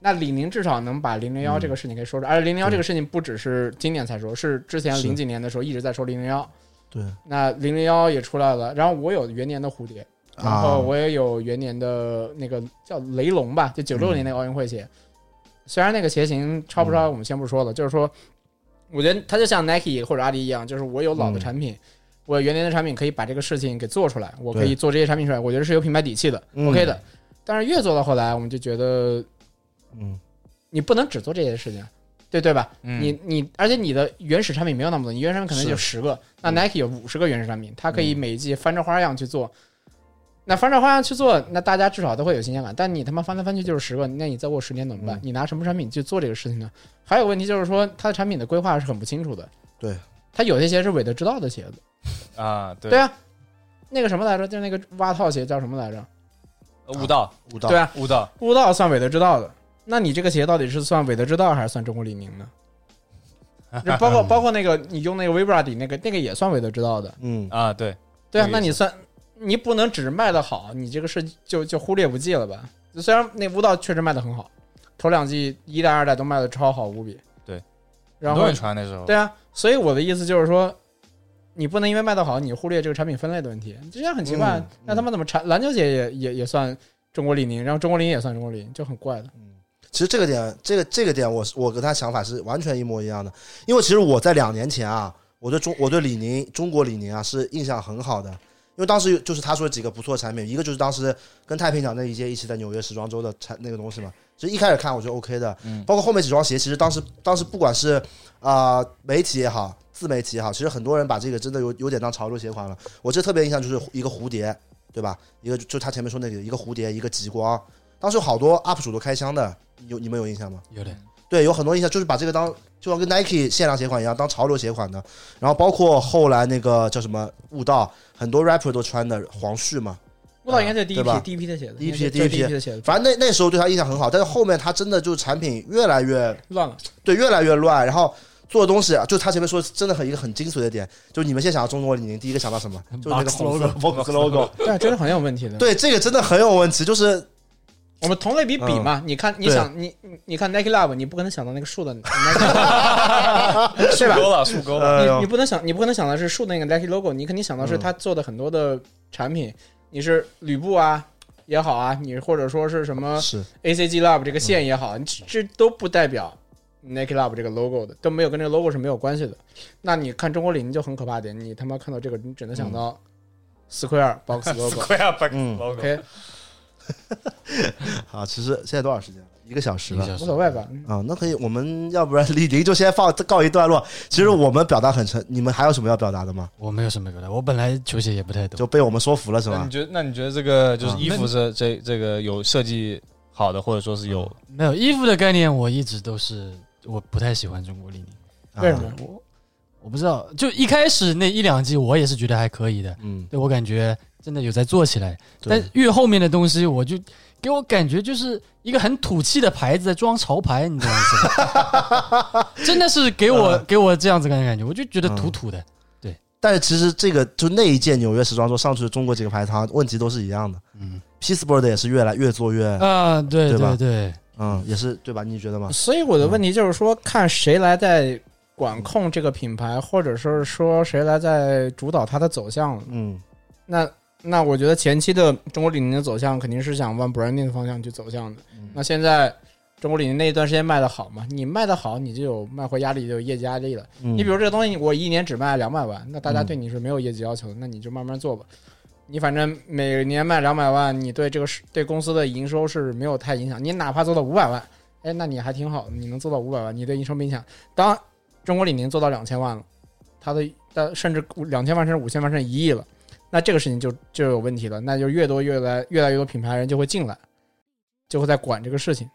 那李宁至少能把零零幺嗯这个事情给说出来，而零零幺这个事情不只是今年才说，是之前是零几年的时候一直在说零零幺，对那零零幺也出来了，然后我有元年的蝴蝶，然啊后，我也有元年的那个叫雷龙吧，就九六嗯年那个奥运会鞋，虽然那个鞋型超不超我们先不说了，就是说，我觉得它就像 Nike 或者阿迪一样，就是我有老的嗯产品。我原来的产品可以把这个事情给做出来，我可对以做这些产品出来，我觉得是有品牌底气的、嗯 o k 的。但是越做到后来，我们就觉得嗯，你不能只做这些事情，对对吧？嗯你你，而且你的原始产品没有那么多，你原始产品可能是嗯就十个，那 Nike 有五十个原始产品，它可以每一季翻着花样去做。那翻着花样去做，那大家至少都会有新鲜感。但你他妈翻来翻去就是十个，那你再过十年怎么办？嗯你拿什么产品去做这个事情呢？还有个问题就是说，它的产品的规划是很不清楚的。对，它有些鞋是韦德之道的鞋子，啊，对对啊，那个什么来着？就是那个蛙套鞋叫什么来着？悟道，悟道对啊，悟道，悟道算韦德之道的，那你这个鞋到底是算韦德之道还是算中国李宁呢？就包 *laughs* 括包括那个你用那个 Vibra 底那个那个也算韦德之道的，嗯，啊，对，对啊，那个那意思你算你不能只是卖的好，你这个事就就忽略不计了吧？虽然那悟道确实卖的很好，头两季一代二代都卖的超好无比，对，然很多后人穿那时候，对啊，所以我的意思就是说，你不能因为卖的好，你忽略这个产品分类的问题，这样很奇怪嗯。那他们怎么产篮球鞋也也也算中国李宁，然后中国李宁也算中国李宁，就很怪的。其实这个点，这个这个点我，是我跟他想法是完全一模一样的。因为其实我在两年前啊，我对中我对李宁中国李宁啊是印象很好的，因为当时就是他说几个不错的产品，一个就是当时跟太平洋那一届一起在纽约时装周的产那个东西嘛，所以一开始看我就 OK 的，嗯包括后面几双鞋，其实当时当时不管是啊、媒体也好，自媒体也好，其实很多人把这个真的有有点当潮流鞋款了。我这特别印象就是一个蝴蝶，对吧？一个就就他前面说那个一个蝴蝶，一个极光，当时有好多 UP 主都开箱的，有你们有印象吗？有点对，有很多印象，就是把这个当就像跟 Nike 限量鞋款一样，当潮流鞋款的。然后包括后来那个叫什么悟道，很多 rapper 都穿的黄旭嘛。悟道应该就是第一对吧批第一批的鞋子，第一批应该第就是第一批批的鞋子，反正那那时候对他印象很好，但是后面他真的就是产品越来越乱了。对越来越乱，然后做的东西啊，就他前面说真的很一个很精髓的点，就是你们先想到中国李宁，第一个想到什么？就是那个 Box 红色 box logo，对，真的很有问题的。，对这个真的很有问题，就是我们同类比比嘛，你看，你嗯对想，你你你看 Nike Love，你不可能想到那个 *laughs* 树的 Nike，对吧呃树？沟了，树沟了，哎你呦你不能想，你不可能想到是树的那个 Nike logo，你肯定想到是嗯他做的很多的产品，你是吕布啊也好啊，你或者说是什么呃是 ACG Lab 这个线也好，你这这都不代表 Nike Lab 这个 logo 的，都没有跟这个 logo 是没有关系的。那你看中国李宁就很可怕点，你他妈看到这个，你只能想到 Square Box logo。快要把嗯 logo， OK，啊，其实现在多少时间了？一个小时了。无所谓吧。啊，那可以，我们要不然 *laughs* 李宁就先放告一段落。其实我们表达很诚，你们还有什么要表达的吗？我没有什么表达，我本来球鞋也不太懂，就被我们说服了是那吧嗯你？觉得那你觉得这个就是啊衣服这这这个有设计好的，或者说是有没有衣服的概念，我一直都是我不太喜欢中国李宁。啊为什么？我我不知道，就一开始那一两季我也是觉得还可以的，嗯，对我感觉真的有在做起来，但对，越后面的东西我就给我感觉就是一个很土气的牌子在装潮牌，你懂我意思 *laughs* 吗？真的是给我嗯给我这样子的感觉，我就觉得土土的。但是其实这个就那一届纽约时装周上去的中国几个牌子，好像问题都是一样的。嗯 Peacebird 也是越来越做嗯越，啊，对嗯对吧对对，嗯，也是对吧？你觉得吗？所以我的问题就是说，看谁来在管控这个品牌，或者说是说谁来在主导它的走向。嗯那那我觉得前期的中国李宁的走向肯定是想往 branding 的方向去走向的。那现在中国李宁那一段时间卖的好嘛，你卖的好，你就有卖货压力，就有业绩压力了。嗯，你比如这个东西，我一年只卖两百万，那大家嗯对你是没有业绩要求的，那你就慢慢做吧。你反正每年卖两百万，你对这个是对公司的营收是没有太影响。你哪怕做到五百万，哎，那你还挺好的，你能做到五百万，你对营收没影响。当中国李宁做到两千万了，它的它甚至两千万甚至五千万甚至一亿了，那这个事情就就有问题了，那就越多越来越来越多品牌人就会进来，就会在管这个事情，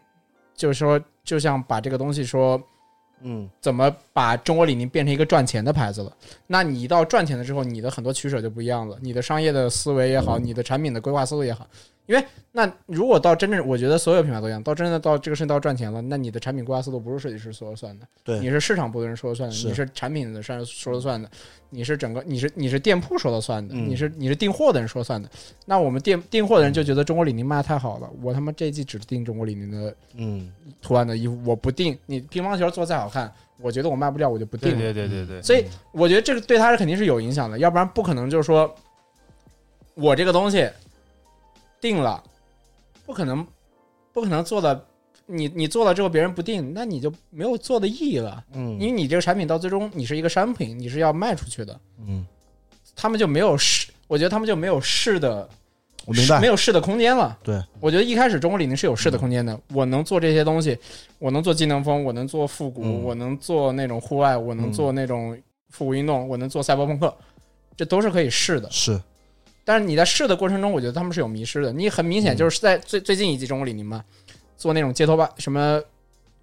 就是说就像把这个东西说嗯怎么把中国李宁变成一个赚钱的牌子了。那你一到赚钱的时候，你的很多取舍就不一样了，你的商业的思维也嗯好，你的产品的规划思路也好。因为那如果到真正，我觉得所有品牌都一样，到真的到这个事情到赚钱了，那你的产品规划思路不是设计师说了算的，对你是市场部的人说了算的，是你是产品的商人说了算的，你是整个你是你是店铺说了算的，嗯你是你是订货的人说了算的。那我们订订货的人就觉得中国李宁卖的太好了，我他妈这一季只订中国李宁的嗯图案的衣服，我不定。你乒乓球做再好看，我觉得我卖不掉，我就不定了。对对对，所以我觉得这个对他是肯定是有影响的，要不然不可能就是说我这个东西定了，不可能不可能做的。你你做了之后别人不定，那你就没有做的意义了，因嗯为你这个产品到最终你是一个商品，你是要卖出去的。嗯他们就没有试，我觉得他们就没有试的，我明白没。有试的空间了。对，嗯我觉得一开始中国李宁是有试的空间的。我能做这些东西，我能做技能风，我能做复古，嗯我能做那种户外，我能做那种复古运动，我能做赛博朋克，这都是可以试的。是但是你在试的过程中，我觉得他们是有迷失的。你很明显就是在最最近一季中国李宁嘛，做那种街头吧什么，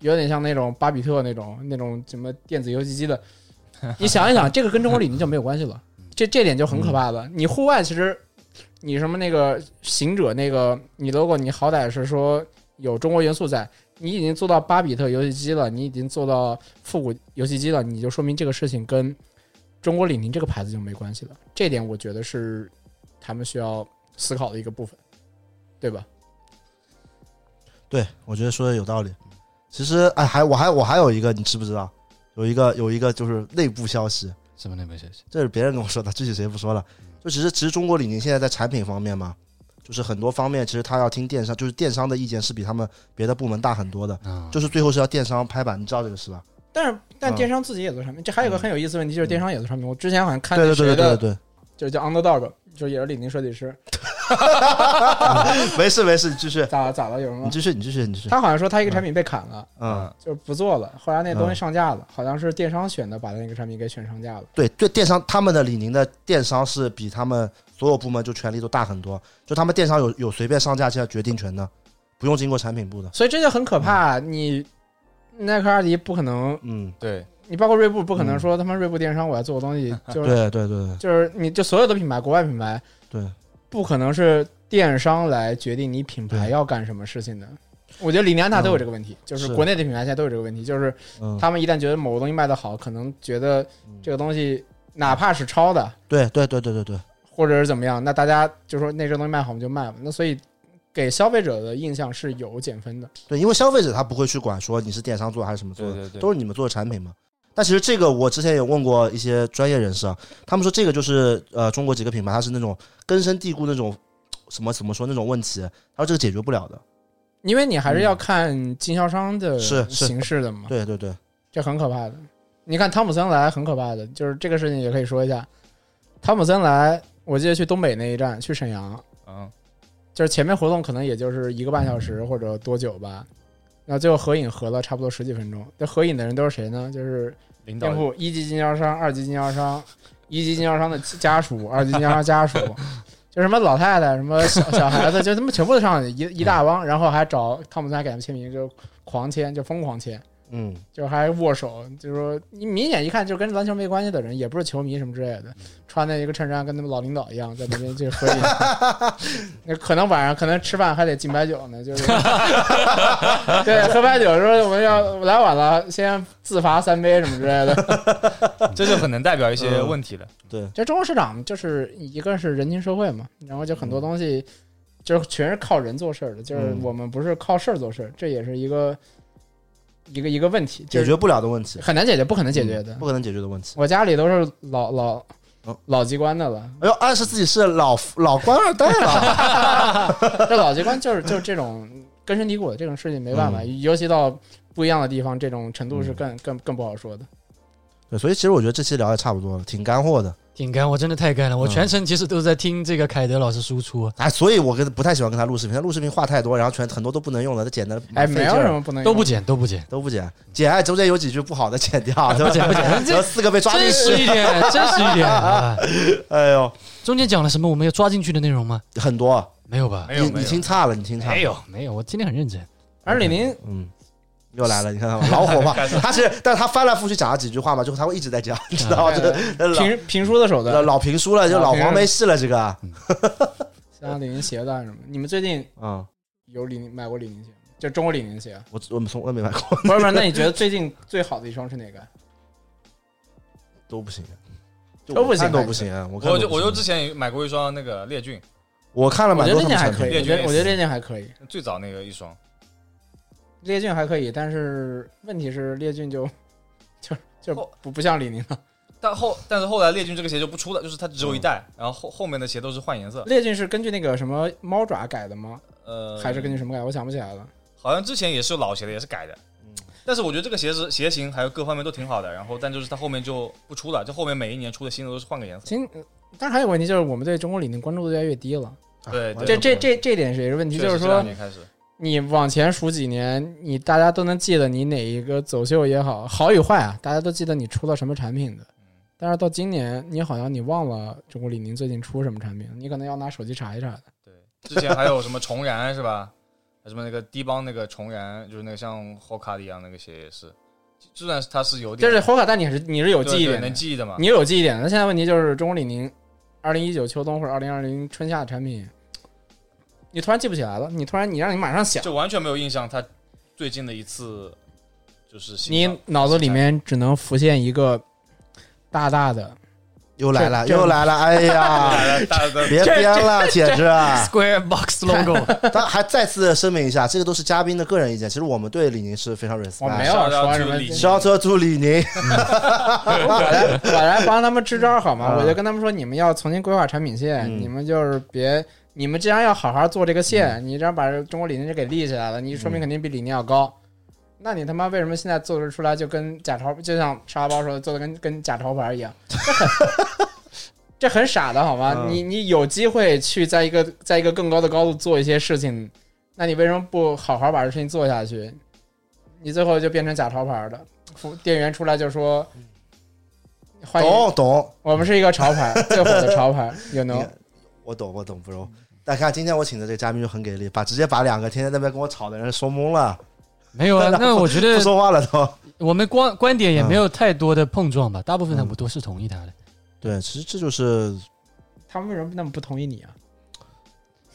有点像那种巴比特那种那种什么电子游戏机的。你想一想，这个跟中国李宁就没有关系了，这这点就很可怕了。你户外其实，你什么那个行者那个你 logo，你好歹是说有中国元素在，你已经做到巴比特游戏机了，你已经做到复古游戏机了，你就说明这个事情跟中国李宁这个牌子就没关系了。这点我觉得是他们需要思考的一个部分，对吧？对，我觉得说的有道理。其实，哎，还我还我还有一个，你知不知道？有一个有一个就是内部消息，什么那没消息？这是别人跟我说的， *laughs* 具体谁不说了。就其实其实中国李宁现在在产品方面嘛，就是很多方面其实他要听电商，就是电商的意见是比他们别的部门大很多的。啊，就是最后是要电商拍板，你知道这个是吧？但是，但嗯电商自己也做产品，这还有一个很有意思的问题，就是电商也做产品。我之前好像看对那对对谁对对的，对就是叫 Underdog，就是也是李宁设计师，对，没事没事，你继续，咋咋了？有什你么？继续，你继续，你继续。他好像说他一个产品被砍了，嗯，就是不做了。后来那东西上架了，好像是电商选的，把那个产品给选上架了。对对，电商他们的李宁的电商是比他们所有部门就权力都大很多，就他们电商有有随便上架这样决定权的，不用经过产品部的。所以这就很可怕。你耐克、阿迪不可能，嗯，对，你包括锐步不可能嗯说他妈锐步电商我要做个 *laughs* 东西，就是对对对 *laughs* 对就是你就所有的品牌，国外品牌对，不可能是电商来决定你品牌对嗯要干什么事情的。我觉得李宁、安踏都有这个问题，就是是国内的品牌现在都有这个问题，就是嗯，他们一旦觉得某个东西卖得好，可能觉得嗯这个东西哪怕是抄的，对对对对对对，或者是怎么样，那大家就说那这个东西卖好我们就卖嘛。那所以给消费者的印象是有减分的。对，因为消费者他不会去管说你是电商做还是什么做的，对对对都是你们做的产品嘛。但其实这个我之前也问过一些专业人士啊，他们说这个就是呃中国几个品牌它是那种根深蒂固那种什么怎么说那种问题，他说这个解决不了的。因为你还是要看经销商的嗯是是形式的嘛，对对对，这很可怕的。你看汤姆森来很可怕的，就是这个事情也可以说一下。汤姆森来，我记得去东北那一站，去沈阳，嗯，就是前面活动可能也就是一个半小时或者多久吧，然后最后合影合了差不多十几分钟。这合影的人都是谁呢？就是领导店铺一级经销商、二级经销商、一级经销商的家属、二级经销商家属， *laughs* 就什么老太太、什么小小孩子，就他们全部都上去一一大帮，然后还找汤姆森还给他们签名，就狂签，就疯狂签。嗯，就还握手，就是说你明显一看就跟篮球没关系的人，也不是球迷什么之类嗯的，穿的一个衬衫跟他们老领导一样，在那边就合影。 *laughs* 那可能晚上可能吃饭还得敬白酒呢，就是 *laughs* 对喝白酒说我们要来晚了，先自罚三杯什么之类的。这就很能代表一些问题了。嗯对，这中国市场就是一个是人情社会嘛，然后就很多东西就是全是靠人做事儿的，就是嗯我们不是靠事儿做事儿，这也是一个一个一个问题，解就是决不了的问题，很难解决，不可能解决的嗯。不可能解决的问题。我家里都是老老哦老机关的了，哎呦，暗示自己是老老 *laughs* 官二代了。这老机关就是就是这种根深蒂固的这种事情没办嗯法，尤其到不一样的地方，这种程度是更更更不好说嗯的。对，所以其实我觉得这期聊的差不多了，挺干货的。挺干，我真的太干了，我嗯全程其实都在听这个凯德老师输出，哎，所以我跟不太喜欢跟他录视频，他录视频话太多，然后全很多都不能用了，他剪的哎，没有什么不能都不用剪都不 *laughs* 剪，都不剪，剪哎中间有几句不好的剪掉， *laughs* 对吧？不剪不剪， *laughs* 然后四个被抓进真实去，一点，真实一点 *laughs* 啊！哎呦，中间讲了什么我们要抓进去的内容吗？很多，啊没有吧？没有你没你有，听差了，你听差没了，有没有，我今天很认真。而李宁嗯，又来了，你看看吧，老火 *laughs* 化，他是，但他翻来覆去讲了几句话嘛，就他会一直在嗯讲，你知道吗？这老评评书的手老段，老评书了，就老黄没戏了，这个，啊嗯像李宁鞋啊带什么，你们最近嗯，有李宁买过李宁鞋吗？就中国李宁鞋，啊我我们从来没买过， *laughs* 不是不是，那你觉得最近最好的一双是哪个？都不行，啊就都不行我看都不行，啊我看我就都不我行就之前也买过一双那个猎骏，我看了我蛮觉得多这他件们还产可以，品，我觉得我觉得这件还可以，最早那个一双，猎骏还可以，但是问题是猎骏就就就哦不不像李宁了。但后但是后来猎骏这个鞋就不出了，就是它只有一嗯代，然后后后面的鞋都是换颜色，猎骏是根据那个什么猫爪改的吗？呃，还是根据什么改？我想不起来了。好像之前也是老鞋的，也是改的。嗯但是我觉得这个鞋子鞋型还有各方面都挺好的，然后但就是它后面就不出了，就后面每一年出的新的都是换个颜色。今但是还有个问题就是，我们对中国李宁关注度越来越低了。对啊对这这这这点是一个问题，就是说年开始，你往前数几年，你大家都能记得你哪一个走秀也好，好与坏啊，大家都记得你出了什么产品的。嗯但是到今年，你好像你忘了中国李宁最近出什么产品，你可能要拿手机查一查的。对，之前还有什么重燃是吧？还有什么那个低帮那个重燃，就是那个像 Hoka 一样那个鞋也是，虽然它是有就是点，Hoka，但你是你是有对记忆对点的能，记忆的嘛？你有记忆点的。那现在问题就是中国李宁二零一九秋冬或者二零二零春夏的产品，你突然记不起来了，你突然你让你马上想，就完全没有印象，它最近的一次就是新你款脑子里面只能浮现一个大大的又来了，这这又来了，哎 *laughs* 呀，大大大 *laughs* 别编了，简直啊！ Square Box logo，但还再次声明一下，这个都是嘉宾的个人意见。其实我们对李宁是非常 respect，我没有有说说什什么么，肖车助李宁， *laughs* 我来我来帮他们支招好吗？嗯我就跟他们说，你们要重新规划产品线，嗯你们就是别，你们既然要好好做这个嗯线，你这样把中国李宁就给立起来了，你说明肯定比李宁要高。那你他妈为什么现在做得出来就跟假潮，就像沙拉包说的，做的跟跟假潮牌一样？ *laughs* 这很傻的好吗？嗯你你有机会去在一个在一个更高的高度做一些事情，那你为什么不好好把这事情做下去？你最后就变成假潮牌的，服店员出来就说：“欢迎，懂懂，我们是一个潮牌，最火的潮牌 *laughs*，you know。我懂我懂，bro。大家看今天我请的这个嘉宾就很给力，把直接把两个天天在那边跟我吵的人说懵了，没 *laughs* 有啊？那我觉不得说嗯话了都。我们观观点也没有太多的碰撞吧，大部分嗯他们都是同意他 *laughs* 的。对，其实这就是”他们为什么那么不同意你啊？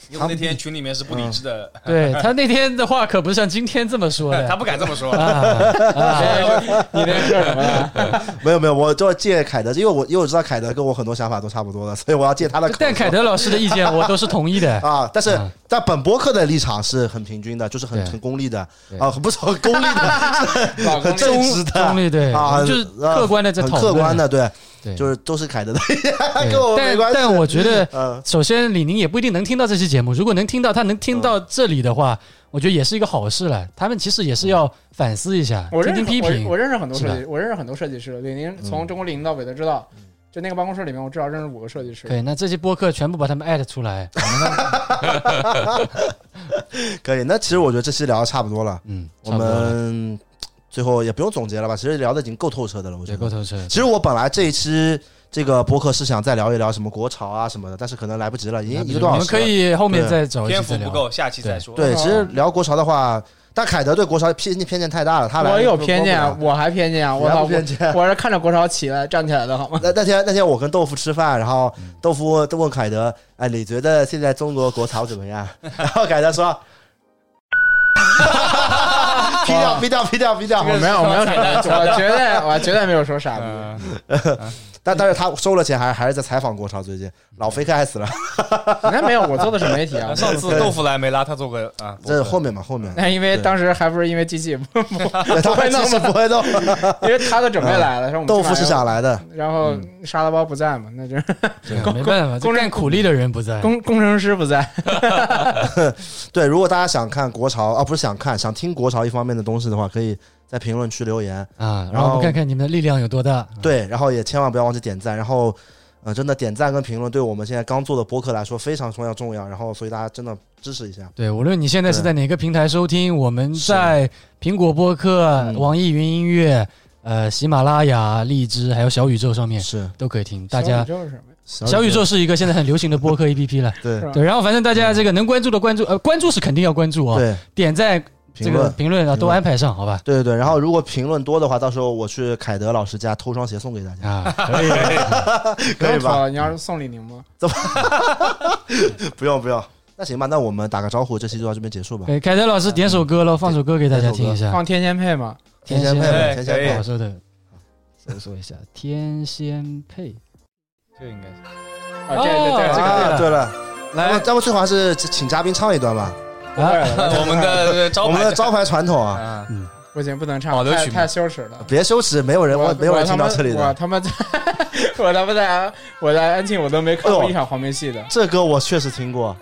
因为那天群里面是不理智的，对他那天的话可不是像今天这么说 *laughs* 嗯他的不敢这么说啊。。啊哎你那是什么呀？没有没有，我就要借凯德，因为我因为我知道凯德跟我很多想法都差不多的，所以我要借他的口。。但凯德老师的意见我都是同意的啊，但是嗯但本播客的立场是很平均的，就是很对很功利的对啊，不是很功利的， *laughs* 老公很 *laughs* 正直中的立 *laughs* 对，啊，就是客观的在很讨论，客观的，对，对，就是都是凯德的，对 *laughs* 跟我没但关系但我觉得，嗯，首先李宁也不一定能听到这期节目，如果能听到，他能听到这里的话，我觉得也是一个好事了。他们其实也是要反思一下，我听认识听批我评我。认识很多是设吧计，我认识很多设计师。李嗯宁从中国李宁到伟都知道，就那个办公室里面，我至少认识五个设计师。对，那这期播客全部把他们艾特出来。可以。那其实我觉得这期聊的差不多了，嗯，我差不多了们最后也不用总结了吧，其实聊的已经够透彻的了，我觉对得够透彻。其实我本来这一期这个播客是想再聊一聊什么国潮啊什么的，但是可能来不及了，已经一个多啊我小们时可了。以后面再找一篇期再幅不聊。够，下期再说。对，其实聊国潮的话，但凯德对国潮偏偏见太大了，他来我有就偏见播啊不，了我还偏见啊！我你还操，不偏我见。我是看着国潮起来站起来的好 *laughs* 吗？那那天那天我跟豆腐吃饭，然后豆腐问凯德：“哎，你觉得现在中国国潮怎么样？” *laughs* 然后凯德说：“ *laughs* 劈掉，劈掉，劈掉，劈掉。”我没有，我没有什么， *laughs* 我绝对我绝对没有说傻逼。嗯，但但是他收了钱，还还是在采访国潮。最近老肥害死了，那没有，我做的是媒体啊 *laughs* 那。 *laughs* 上次豆腐来没拉他做个啊，这是后面嘛，后 *laughs* 面那因为当时还不是因为机器，不对他会弄其实的不会弄。 *laughs* 因为他都准备来了，说我们啊豆腐是啥？想来的，然后沙拉包不在嘛，那就是嗯 *laughs* 对没办法，工这干苦力的人不在。工工程师不在。对，如果大家想看国潮啊，不是想看，想听国潮一方面的东西的话，可以在评论区留言。啊，然然后后我们看看你们的力量有多大。对，然后也千万不要忘记点赞。然后，呃，真的点赞跟评论对我们现在刚做的播客来说非常非常重要。然后，所以大家真的支持一下。对，无论你现在是在哪个平台收听，我们在苹果播客嗯、网易云音乐、呃喜马拉雅、荔枝还有小宇宙上面是，都可以听。 *laughs* 大家就是什么呀？小嗯小宇宙是一个现在很流行的播客 APP 了。对是吧对，然后反正大家这个能关注的关注，呃，关注是肯定要关注啊、对点赞这评个论。评论啊评都论安排上，好吧？对对对，然后如果评论多的话，到时候我去凯德老师家偷双鞋送给大家， *laughs* *laughs* 啊，可以，不可以用吵吧？了，你要是送李宁吗？不用不用，那行吧，那我们打个招呼，这期就到这边结束吧。给凯德老师点首歌喽，放首歌给大家听一下。放天仙配吗？天仙天配仙吧，配天可以仙好说的，搜索一下天仙配。这应该是。啊，这个这配。个这个哦啊，对了，那么来那么最好还是请嘉宾唱一段吧，不会啊，了， *laughs* 我们的呃招我牌，们的招牌传统啊，啊，不行，不能唱保，留太曲目太羞耻了。别羞耻，没有 *laughs* 人我没有人我他听妈到这里我的。他妈在， *laughs* 哎我他妈在，我在安庆，我都没看过一场黄梅戏的。这歌我确实听过，